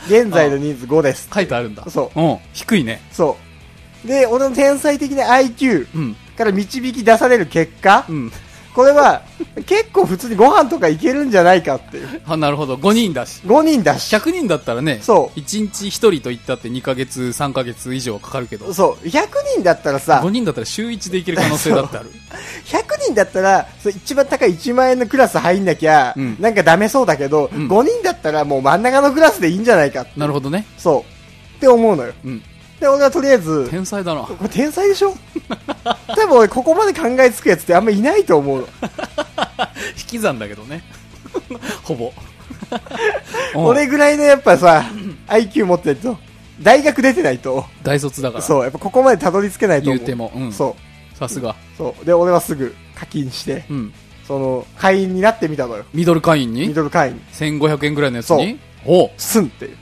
[SPEAKER 1] 現在の人数5です。
[SPEAKER 2] 書いてあるんだ。。
[SPEAKER 1] そう
[SPEAKER 2] うん。低いね。
[SPEAKER 1] そう。で、俺の天才的な IQ
[SPEAKER 2] うん。
[SPEAKER 1] から導き出される結果、
[SPEAKER 2] うん。
[SPEAKER 1] これは結構普通にご飯とかいけるんじゃないかっていう
[SPEAKER 2] あなるほど5人だし
[SPEAKER 1] 5人だし
[SPEAKER 2] 100人だったらね
[SPEAKER 1] そう
[SPEAKER 2] 1日1人と言ったって2ヶ月3ヶ月以上はかかるけど
[SPEAKER 1] そう100人だったらさ
[SPEAKER 2] 5人だったら週1でいける可能性だってある
[SPEAKER 1] 100人だったらそう一番高い1万円のクラス入んなきゃ、
[SPEAKER 2] うん
[SPEAKER 1] なんかダメそうだけど、
[SPEAKER 2] ん
[SPEAKER 1] 5人だったらもう真ん中のクラスでいいんじゃないか
[SPEAKER 2] なるほどね
[SPEAKER 1] そうって思うのよ
[SPEAKER 2] うん
[SPEAKER 1] で俺はとりあえず
[SPEAKER 2] 天才だ な
[SPEAKER 1] これ天才で しょ多分俺ここまで考えつくやつってあんまいないと思うの
[SPEAKER 2] 引き算だけどね ほ ぼうん
[SPEAKER 1] 俺ぐらいのやっぱさ IQ 持ってると大学出てないと
[SPEAKER 2] 大卒だから
[SPEAKER 1] そうやっぱここまでたどり着けないと思う
[SPEAKER 2] 言うてもうん
[SPEAKER 1] そう
[SPEAKER 2] さすが
[SPEAKER 1] そうで俺はすぐ課金して
[SPEAKER 2] うん
[SPEAKER 1] その会員になってみたのよ
[SPEAKER 2] ミドル会員
[SPEAKER 1] ミ
[SPEAKER 2] に
[SPEAKER 1] ドル会員
[SPEAKER 2] 1500円ぐらいのやつ
[SPEAKER 1] そう
[SPEAKER 2] におう
[SPEAKER 1] すんっていう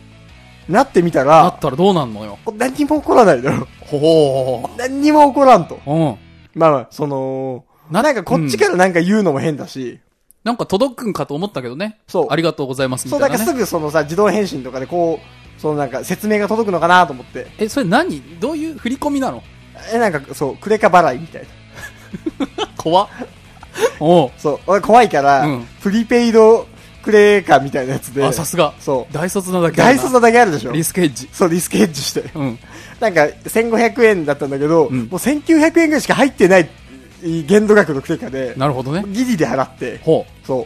[SPEAKER 1] なってみた
[SPEAKER 2] な
[SPEAKER 1] ら
[SPEAKER 2] ったらどうなんのよ
[SPEAKER 1] 何にも起こらないのよ
[SPEAKER 2] ほほ
[SPEAKER 1] 何にも起こらんと
[SPEAKER 2] ううん
[SPEAKER 1] まあまあその
[SPEAKER 2] な
[SPEAKER 1] なんかこっちからなんか言うのも変だし、
[SPEAKER 2] なんか届くんかと思ったけどね
[SPEAKER 1] そう
[SPEAKER 2] ありがとうございますみ
[SPEAKER 1] そう
[SPEAKER 2] た
[SPEAKER 1] ないん
[SPEAKER 2] な
[SPEAKER 1] か
[SPEAKER 2] ね
[SPEAKER 1] すぐそのさ自動返信とかでこうそのなんか説明が届くのかなと思って
[SPEAKER 2] えそれ何どういう振り込みなの
[SPEAKER 1] えなんかそうクレカ払いみたいな
[SPEAKER 2] 怖っおう
[SPEAKER 1] そう俺怖いから、
[SPEAKER 2] うん
[SPEAKER 1] プリペイドクレカみたいなやつで
[SPEAKER 2] あさすが
[SPEAKER 1] そう
[SPEAKER 2] 大卒なだけある
[SPEAKER 1] 大
[SPEAKER 2] な
[SPEAKER 1] 卒なだけあるでしょ
[SPEAKER 2] リスクヘッジ
[SPEAKER 1] そうリスケッジして
[SPEAKER 2] うん
[SPEAKER 1] なんか1500円だったんだけど、
[SPEAKER 2] ん
[SPEAKER 1] もう1900円ぐらいしか入ってない限度額のクレカで、
[SPEAKER 2] なるほどね
[SPEAKER 1] ギリで払って、
[SPEAKER 2] ほ
[SPEAKER 1] そ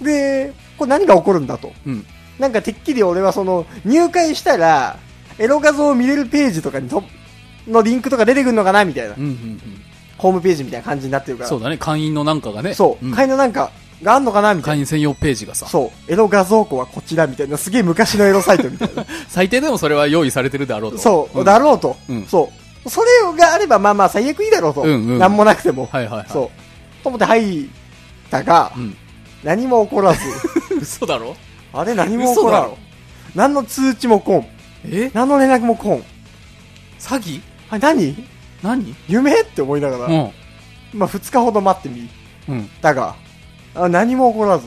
[SPEAKER 1] う。で、これ何が起こるんだと。
[SPEAKER 2] ううん
[SPEAKER 1] なんかてっきり俺はその、入会したら、エロ画像を見れるページとかにと、のリンクとか出てくるのかなみたいな
[SPEAKER 2] うんう。んうん
[SPEAKER 1] ホームページみたいな感じになってるから。
[SPEAKER 2] そうだね会員のなんかがね
[SPEAKER 1] そう。
[SPEAKER 2] ん
[SPEAKER 1] 会員のなんか、があんのかなみた
[SPEAKER 2] 会
[SPEAKER 1] いな。
[SPEAKER 2] 員専用ページがさ
[SPEAKER 1] そう。エロ画像庫はこちらみたいな。すげえ昔のエロサイトみたいな。
[SPEAKER 2] 最低でもそれは用意されてるであろうと
[SPEAKER 1] そう。
[SPEAKER 2] ん
[SPEAKER 1] だろうと
[SPEAKER 2] うん。
[SPEAKER 1] そう。それがあればまあまあ最悪いいだろうと。
[SPEAKER 2] うんうん
[SPEAKER 1] なんもなくても。
[SPEAKER 2] はいはいはい
[SPEAKER 1] そう。と思って入ったが、
[SPEAKER 2] うん
[SPEAKER 1] 何も起こ らず、
[SPEAKER 2] 嘘だろ
[SPEAKER 1] あれ何も起こら
[SPEAKER 2] 嘘だろ
[SPEAKER 1] ん。何の通知もこん。
[SPEAKER 2] え
[SPEAKER 1] 何の連絡もこん。
[SPEAKER 2] 詐欺
[SPEAKER 1] あれ何
[SPEAKER 2] 何
[SPEAKER 1] 夢って思いながら、
[SPEAKER 2] うん
[SPEAKER 1] まあ2日ほど待ってみ
[SPEAKER 2] うん
[SPEAKER 1] たが、あ何も起こらず。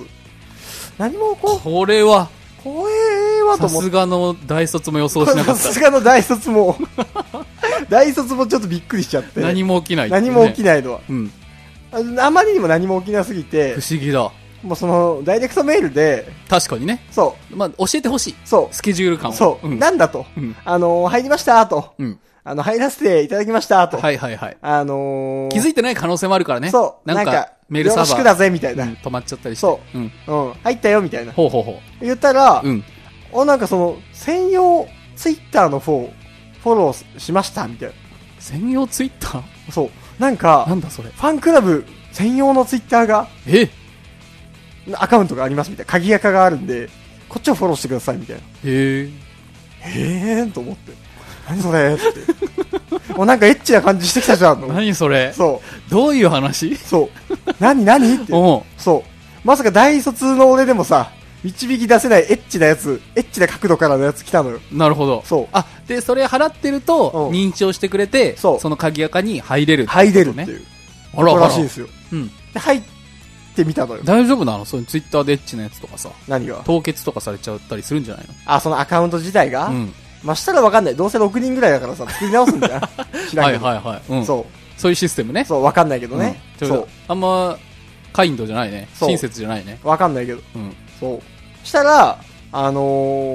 [SPEAKER 1] 何も起こん。
[SPEAKER 2] これは
[SPEAKER 1] 怖えわと
[SPEAKER 2] さ
[SPEAKER 1] 思っ
[SPEAKER 2] す
[SPEAKER 1] て。
[SPEAKER 2] がの大卒も予想しなか
[SPEAKER 1] さ
[SPEAKER 2] った
[SPEAKER 1] すがの大卒も、 大卒もちょっとびっくりしちゃって。
[SPEAKER 2] 何も起きないっていうね
[SPEAKER 1] 何も起きないのは。
[SPEAKER 2] うん
[SPEAKER 1] ああまりにも何も起きなすぎて
[SPEAKER 2] 不、思議だ
[SPEAKER 1] もうその、ダイレクトメールで、
[SPEAKER 2] 確かにね
[SPEAKER 1] そ、
[SPEAKER 2] まあ教えてほしいう
[SPEAKER 1] そ
[SPEAKER 2] スケジュール感
[SPEAKER 1] う、
[SPEAKER 2] を
[SPEAKER 1] そう、
[SPEAKER 2] ん
[SPEAKER 1] なんだと、
[SPEAKER 2] うん
[SPEAKER 1] あのー、入りましたと、
[SPEAKER 2] うん
[SPEAKER 1] あの、入らせていただきましたと、
[SPEAKER 2] はいはいはい
[SPEAKER 1] あのー、
[SPEAKER 2] 気づいてない可能性もあるからね
[SPEAKER 1] そう、
[SPEAKER 2] な
[SPEAKER 1] なんん
[SPEAKER 2] か
[SPEAKER 1] か、
[SPEAKER 2] メールサ
[SPEAKER 1] よろし
[SPEAKER 2] ー
[SPEAKER 1] く
[SPEAKER 2] バ
[SPEAKER 1] だ
[SPEAKER 2] ー
[SPEAKER 1] ぜ、みたいな、う
[SPEAKER 2] うん
[SPEAKER 1] ん、
[SPEAKER 2] 止まっちゃったりして
[SPEAKER 1] そ
[SPEAKER 2] ん
[SPEAKER 1] 入ったよ、みたいな。
[SPEAKER 2] ほうほうほ
[SPEAKER 1] 言ったら、
[SPEAKER 2] ううん
[SPEAKER 1] お、なんかその、専用ツイッターの方、フォローしました、みたい
[SPEAKER 2] 専用ツイッター
[SPEAKER 1] な。そう、なんか、
[SPEAKER 2] なんだそれ
[SPEAKER 1] ファンクラブ専用のツイッターが、
[SPEAKER 2] え
[SPEAKER 1] アカウントがあります、みたいな。鍵アカがあるんで、こっちをフォローしてください、みたいな。
[SPEAKER 2] へえ
[SPEAKER 1] えーんと思って。何それ って。もうなんかエッチな感じしてきたじゃん。と思って
[SPEAKER 2] 何それ
[SPEAKER 1] そ
[SPEAKER 2] どういう話
[SPEAKER 1] う、そう。何何って。
[SPEAKER 2] おう
[SPEAKER 1] そう。まさか大卒の俺でもさ、導き出せないエッチなやつ、エッチな角度からのやつ来たのよ。
[SPEAKER 2] なるほど
[SPEAKER 1] そう
[SPEAKER 2] あでそれ払ってると
[SPEAKER 1] うん
[SPEAKER 2] 認証してくれて
[SPEAKER 1] そう
[SPEAKER 2] の鍵垢に入れる
[SPEAKER 1] 入れるっていう。
[SPEAKER 2] あらあ
[SPEAKER 1] そう
[SPEAKER 2] ら
[SPEAKER 1] らしいんですよ。
[SPEAKER 2] うん
[SPEAKER 1] で、入ってみたのよ。
[SPEAKER 2] 大丈夫なのそのツイッターでエッチなやつとかさ
[SPEAKER 1] 何が
[SPEAKER 2] 凍結とかされちゃったりするんじゃない
[SPEAKER 1] あ、そのアカウント自体が、
[SPEAKER 2] のうん
[SPEAKER 1] まあ、したらわかんない。どうせ6人ぐらいだからさ、作り直すんだよ。知らん
[SPEAKER 2] は
[SPEAKER 1] け
[SPEAKER 2] い
[SPEAKER 1] ど。
[SPEAKER 2] はいはいうん
[SPEAKER 1] そ
[SPEAKER 2] そういうシステムね
[SPEAKER 1] う。そう、わかんないけどね。
[SPEAKER 2] うん
[SPEAKER 1] そう。
[SPEAKER 2] あんまインドじゃないね
[SPEAKER 1] そう
[SPEAKER 2] 親切じゃないね
[SPEAKER 1] わかんないけど。
[SPEAKER 2] うん
[SPEAKER 1] そう。したら、あの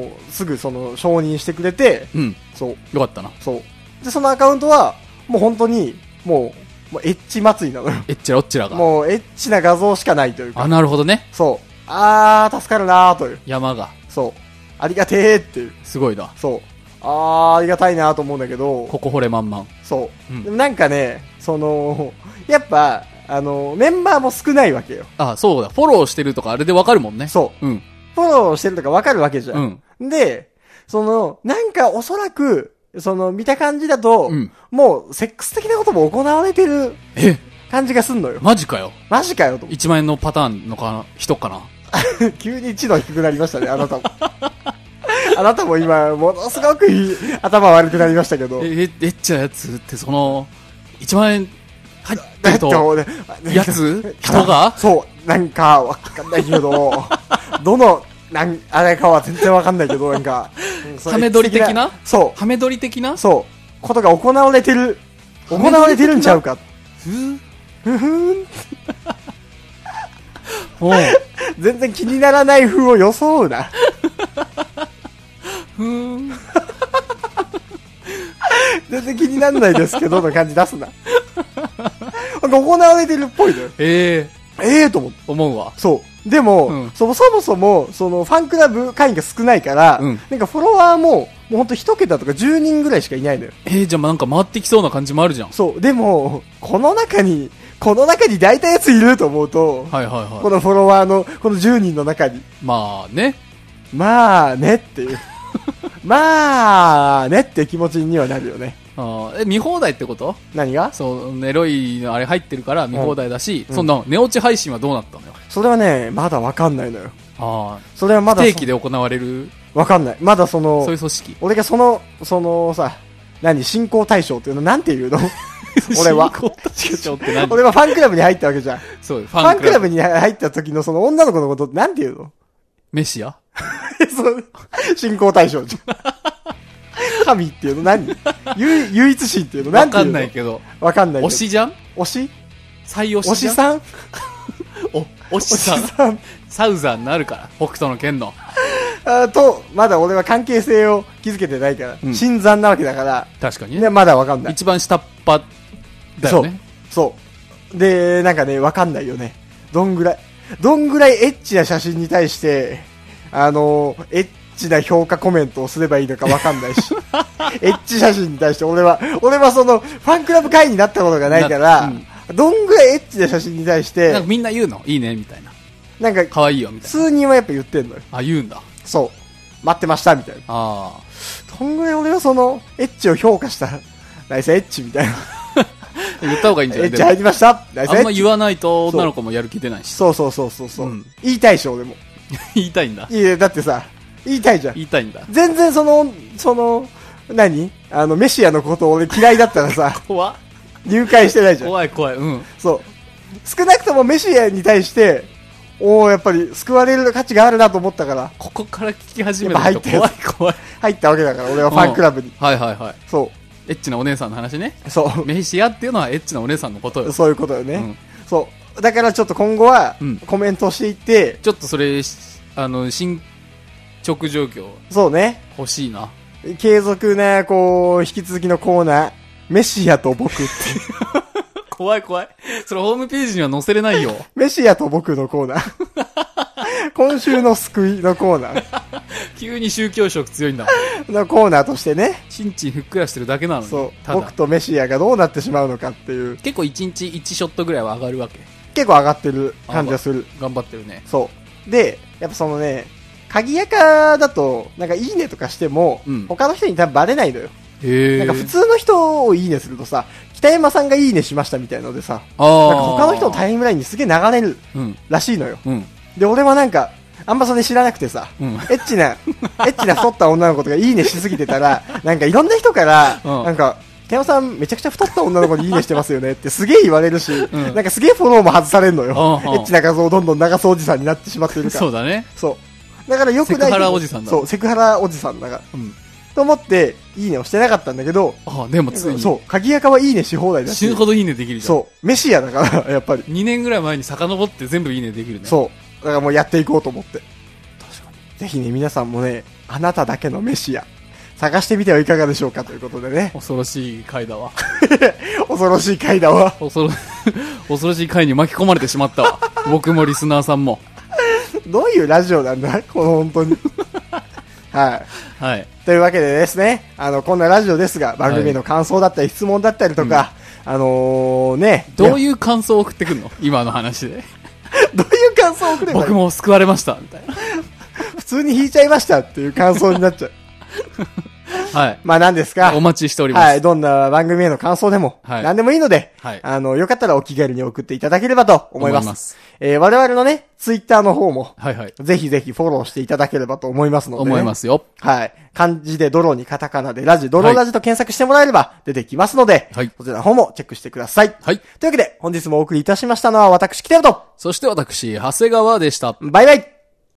[SPEAKER 1] ーすぐその承認してくれて、
[SPEAKER 2] うん
[SPEAKER 1] そう、
[SPEAKER 2] よかったな
[SPEAKER 1] そう。で、そのアカウントは、もう本当に、もう、もうエッチ祭りなのよ。
[SPEAKER 2] エッチラオッチラが
[SPEAKER 1] もうエッチな画像しかないという
[SPEAKER 2] あ
[SPEAKER 1] か、
[SPEAKER 2] なるほどね
[SPEAKER 1] そう。あー、助かるなーという。
[SPEAKER 2] 山が
[SPEAKER 1] そう。ありがてーっていう。
[SPEAKER 2] すごいだ
[SPEAKER 1] そう。あー、ありがたいなーと思うんだけど、
[SPEAKER 2] ここ惚れまんまん
[SPEAKER 1] そうう。
[SPEAKER 2] ん
[SPEAKER 1] でもなんかね、その、やっぱ、あの、メンバーも少ないわけよ。
[SPEAKER 2] あそうだフォローしてるとかあれでわかるもんね
[SPEAKER 1] そう。
[SPEAKER 2] うん
[SPEAKER 1] フォローしてるとかわかるわけじゃ。
[SPEAKER 2] うんん
[SPEAKER 1] で、その、なんかおそらく、その、見た感じだと、
[SPEAKER 2] うん
[SPEAKER 1] もう、セックス的なことも行われてる
[SPEAKER 2] え
[SPEAKER 1] 感じがすんのよ。
[SPEAKER 2] マジかよ
[SPEAKER 1] マジかよと思っ
[SPEAKER 2] 1万円のパターンのかな人かな
[SPEAKER 1] て。 急に知能低くなりましたね、あなたも。 あなたも今、ものすごくいい頭悪くなりましたけど。
[SPEAKER 2] ええエッチなやつってその1万円入ってると
[SPEAKER 1] 俺
[SPEAKER 2] やつ 人が
[SPEAKER 1] そう、なんか、わかんないけど、 どの、なん、あれかは全然わかんないけど、なんか、うんそう
[SPEAKER 2] ハメ撮り的な
[SPEAKER 1] そ
[SPEAKER 2] ハメ撮り的な
[SPEAKER 1] う、そう、ことが行われてる、行われてるんちゃうか。
[SPEAKER 2] ふう
[SPEAKER 1] ふふーん。
[SPEAKER 2] おう
[SPEAKER 1] 全然気にならない風を装うな。
[SPEAKER 2] ふーん。
[SPEAKER 1] 全然気にならないですけどの感じ出す な。なんか行われてるっぽいのよ。
[SPEAKER 2] ええ
[SPEAKER 1] ええと思って。
[SPEAKER 2] 思うわ。
[SPEAKER 1] そう。でも、
[SPEAKER 2] うん
[SPEAKER 1] そそもそも、そのファンクラブ会員が少ないから、
[SPEAKER 2] うん
[SPEAKER 1] なんかフォロワーも、もうほんと1桁とか10人ぐらいしかいないのよ。
[SPEAKER 2] ええじゃあなんか回ってきそうな感じもあるじゃん。
[SPEAKER 1] そう。でも、この中に、この中に大体やついると思うと、
[SPEAKER 2] はいはいは
[SPEAKER 1] このフォロワーの、この10人の中に、
[SPEAKER 2] い。まあね。
[SPEAKER 1] まあねって いう。まあねっていう気持ちにはなるよね。
[SPEAKER 2] あーえ、見放題ってこと
[SPEAKER 1] 何が
[SPEAKER 2] そう、エロいのあれ入ってるから見放題だし、
[SPEAKER 1] うん
[SPEAKER 2] そんな、寝落ち配信はどうなったのよ。
[SPEAKER 1] それはね、まだわかんないのよ。
[SPEAKER 2] あ
[SPEAKER 1] それはま
[SPEAKER 2] あ。不
[SPEAKER 1] だ、
[SPEAKER 2] 定期で行われる、
[SPEAKER 1] わかんない。まだその、
[SPEAKER 2] そういう組織。
[SPEAKER 1] 俺がその、そのさ、何、信仰対象っていうの、なんて言うの俺は
[SPEAKER 2] 信仰対象って何
[SPEAKER 1] 俺はファンクラブに入ったわけじゃん。フ
[SPEAKER 2] そう、フ
[SPEAKER 1] ァ
[SPEAKER 2] ァ
[SPEAKER 1] ン
[SPEAKER 2] ン
[SPEAKER 1] ク
[SPEAKER 2] ク
[SPEAKER 1] ラ
[SPEAKER 2] ラ
[SPEAKER 1] ブ
[SPEAKER 2] ブ。
[SPEAKER 1] に入った時のその女の子のことってなんて言うの
[SPEAKER 2] メシア
[SPEAKER 1] そう信仰対象じゃん。 神っていうの何唯唯一神っていうの
[SPEAKER 2] わ
[SPEAKER 1] 何て
[SPEAKER 2] か
[SPEAKER 1] 言うんの
[SPEAKER 2] ないけど。
[SPEAKER 1] わかんないけど。
[SPEAKER 2] 推しじゃん
[SPEAKER 1] 推し
[SPEAKER 2] 最推
[SPEAKER 1] 推
[SPEAKER 2] し
[SPEAKER 1] し
[SPEAKER 2] じゃん
[SPEAKER 1] さん
[SPEAKER 2] お推しさん。
[SPEAKER 1] さん
[SPEAKER 2] サウザーになるから、北斗の剣の。
[SPEAKER 1] あーと、まだ俺は関係性を築けてないから、
[SPEAKER 2] うん
[SPEAKER 1] 新参なわけだから、
[SPEAKER 2] 確かに
[SPEAKER 1] ね、
[SPEAKER 2] ね。
[SPEAKER 1] まだわかんない。
[SPEAKER 2] 一番下っ端だよね。
[SPEAKER 1] そう。で、なんかね、わかんないよね。どんぐらい、どんぐらいエッチな写真に対して、あのー、エッチな評価コメントをすればいいのかわかんない し、エッチ写真に対して俺は、俺はその、ファンクラブ会員になったことがないから
[SPEAKER 2] なうん、
[SPEAKER 1] どんぐらいエッチな写真に対し
[SPEAKER 2] なん
[SPEAKER 1] て
[SPEAKER 2] か、みんな言うのいいねみたいな。
[SPEAKER 1] なんか、
[SPEAKER 2] 可愛いよみたいな。
[SPEAKER 1] 数人はやっぱ言ってんのよ。
[SPEAKER 2] あ、言うんだ。
[SPEAKER 1] そう。待ってました、みたいな。
[SPEAKER 2] あ
[SPEAKER 1] どんぐらい俺はその、エッチを評価した。ナイスエッチみたいな。
[SPEAKER 2] あ。言った方がいいん じゃ
[SPEAKER 1] エ
[SPEAKER 2] ない
[SPEAKER 1] ッ
[SPEAKER 2] で
[SPEAKER 1] チ
[SPEAKER 2] も
[SPEAKER 1] 入りました。ナイスエ
[SPEAKER 2] あんま
[SPEAKER 1] ッチ
[SPEAKER 2] 言。わないと女の子もやる気出ないし。
[SPEAKER 1] そうそうそうそうそう、
[SPEAKER 2] うん
[SPEAKER 1] 言いたいでしょ、でも。
[SPEAKER 2] 言いたいんだ。
[SPEAKER 1] いや、だってさ、言いたいじゃん。
[SPEAKER 2] 言いたいんだ。
[SPEAKER 1] 全然その、その、何あの、メシアのこと俺嫌いだったら さ、
[SPEAKER 2] 怖っ
[SPEAKER 1] 入会してないじゃん。
[SPEAKER 2] 怖い怖い。うん。
[SPEAKER 1] そう。少なくともメシアに対して、おおやっぱり救われる価値があるなと思ったから、
[SPEAKER 2] ここから聞き始めると
[SPEAKER 1] やっぱ
[SPEAKER 2] 怖い怖い。
[SPEAKER 1] 入ったわけだから、俺はファンクラブに。
[SPEAKER 2] はいはいはい。
[SPEAKER 1] そ
[SPEAKER 2] エッチなお姉さんの話ね。
[SPEAKER 1] う。そ
[SPEAKER 2] メシアっていうのはエッチなお姉さんのこと
[SPEAKER 1] う。
[SPEAKER 2] よ。
[SPEAKER 1] そういうことよ
[SPEAKER 2] う
[SPEAKER 1] ね。
[SPEAKER 2] ん
[SPEAKER 1] そう。だからちょっと今後は
[SPEAKER 2] うん、
[SPEAKER 1] コメントをしていって、
[SPEAKER 2] ちょっとそれ、あの、進捗状況
[SPEAKER 1] そうね。
[SPEAKER 2] 欲しいな。
[SPEAKER 1] 継続な、こう、引き続きのコーナー、メシアと僕って。
[SPEAKER 2] 怖い怖い。それホームページには載せ れないよ。
[SPEAKER 1] メシアと僕のコーナー。 今週の救いのコーナー。
[SPEAKER 2] 急に宗教色強いんだもん。
[SPEAKER 1] のコーナーとしてね。
[SPEAKER 2] ちんちんふっくらしてるだけなのに。
[SPEAKER 1] そう。
[SPEAKER 2] ただ
[SPEAKER 1] 僕。とメシアがどうなってしまうのかっていう。
[SPEAKER 2] 結構1日1ショットぐらいは上がるわけ。
[SPEAKER 1] 結構上がってる感じがする。
[SPEAKER 2] 頑張ってるね。
[SPEAKER 1] そう。で、やっぱそのね、鍵やかだと、なんかいいねとかしても、
[SPEAKER 2] うん
[SPEAKER 1] 他の人に多分バレないのよ。
[SPEAKER 2] へ
[SPEAKER 1] な
[SPEAKER 2] え。
[SPEAKER 1] んか普通の人をいいねするとさ、北山さんがいいねしましたみたいのでさ、
[SPEAKER 2] あー
[SPEAKER 1] なんか他の人のタイムラインにすげえ流れる
[SPEAKER 2] うん。
[SPEAKER 1] らしいのよ。
[SPEAKER 2] うん。
[SPEAKER 1] で、俺はなんか、あんまそれ知らなくてさ、
[SPEAKER 2] うん
[SPEAKER 1] エッチな、エ ッチな太った女の子とかいいねしすぎてたら、なんかいろんな人から、
[SPEAKER 2] うん
[SPEAKER 1] なんか、北山さんめちゃくちゃ太った女の子にいいねしてますよねってすげえ言われるし、
[SPEAKER 2] ん
[SPEAKER 1] なんかすげえフォローも外されるのよ。
[SPEAKER 2] うんうん
[SPEAKER 1] エッチな画像をどんどん長そうおじさんになってしまってるから。
[SPEAKER 2] そうだね。
[SPEAKER 1] そうだからよくないと
[SPEAKER 2] セクハラおじさんだ
[SPEAKER 1] そう、セクハラおじさんだから。
[SPEAKER 2] うん。
[SPEAKER 1] と思って、いいねをしてなかったんだけど、
[SPEAKER 2] ああ、でもついに。
[SPEAKER 1] そう、鍵やかはいいねし放題だし
[SPEAKER 2] 死ぬ、ほどいいねできるじゃん。
[SPEAKER 1] そう、メシアだから、やっぱり。
[SPEAKER 2] う。2年ぐらい前に遡って全部いいねできるね。う。
[SPEAKER 1] そう。だからもうやっていこうと思って。
[SPEAKER 2] 確かに。
[SPEAKER 1] ぜひね、皆さんもね、あなただけのメシア、探してみてはいかがでしょうかということで ね、
[SPEAKER 2] 恐ろしい回だわ。
[SPEAKER 1] 恐ろしい回だわ。
[SPEAKER 2] 恐ろ、 恐ろしい回に巻き込まれてしまったわ。僕もリスナーさんも。
[SPEAKER 1] どういうラジオなんだこの本当 に。はい。
[SPEAKER 2] はい。
[SPEAKER 1] というわけでですね、あの、こんなラジオですが、番組への感想だったり、質問だったりとか、あのー、ね、
[SPEAKER 2] どう
[SPEAKER 1] い
[SPEAKER 2] いう感想を送ってくんの今の話で。
[SPEAKER 1] やどういう感想を送ればいい
[SPEAKER 2] 僕も救われました。みたいな。
[SPEAKER 1] 普通に弾いちゃいましたっていう感想になっちゃう。
[SPEAKER 2] はい。
[SPEAKER 1] まあ何ですか
[SPEAKER 2] お待ちしております。
[SPEAKER 1] はい、どんな番組への感想でも、
[SPEAKER 2] はい
[SPEAKER 1] 何でもいいので、
[SPEAKER 2] はい
[SPEAKER 1] あの、よかったらお気軽に送っていただければと思います。
[SPEAKER 2] 思います
[SPEAKER 1] えー我々のね、ツイッターの方も、
[SPEAKER 2] はいはい。
[SPEAKER 1] ぜひぜひフォローしていただければと思いますので、ね。。
[SPEAKER 2] 思いますすよ。
[SPEAKER 1] はい。漢字で泥にカタカナでラジ、泥ラジと検索してもらえれば出てきますので、
[SPEAKER 2] はい
[SPEAKER 1] そちらの方もチェックしてください。
[SPEAKER 2] はい。
[SPEAKER 1] というわけで、本日もお送りいたしましたのは私、キテルと、
[SPEAKER 2] そして私、長谷川でした。
[SPEAKER 1] バイバイ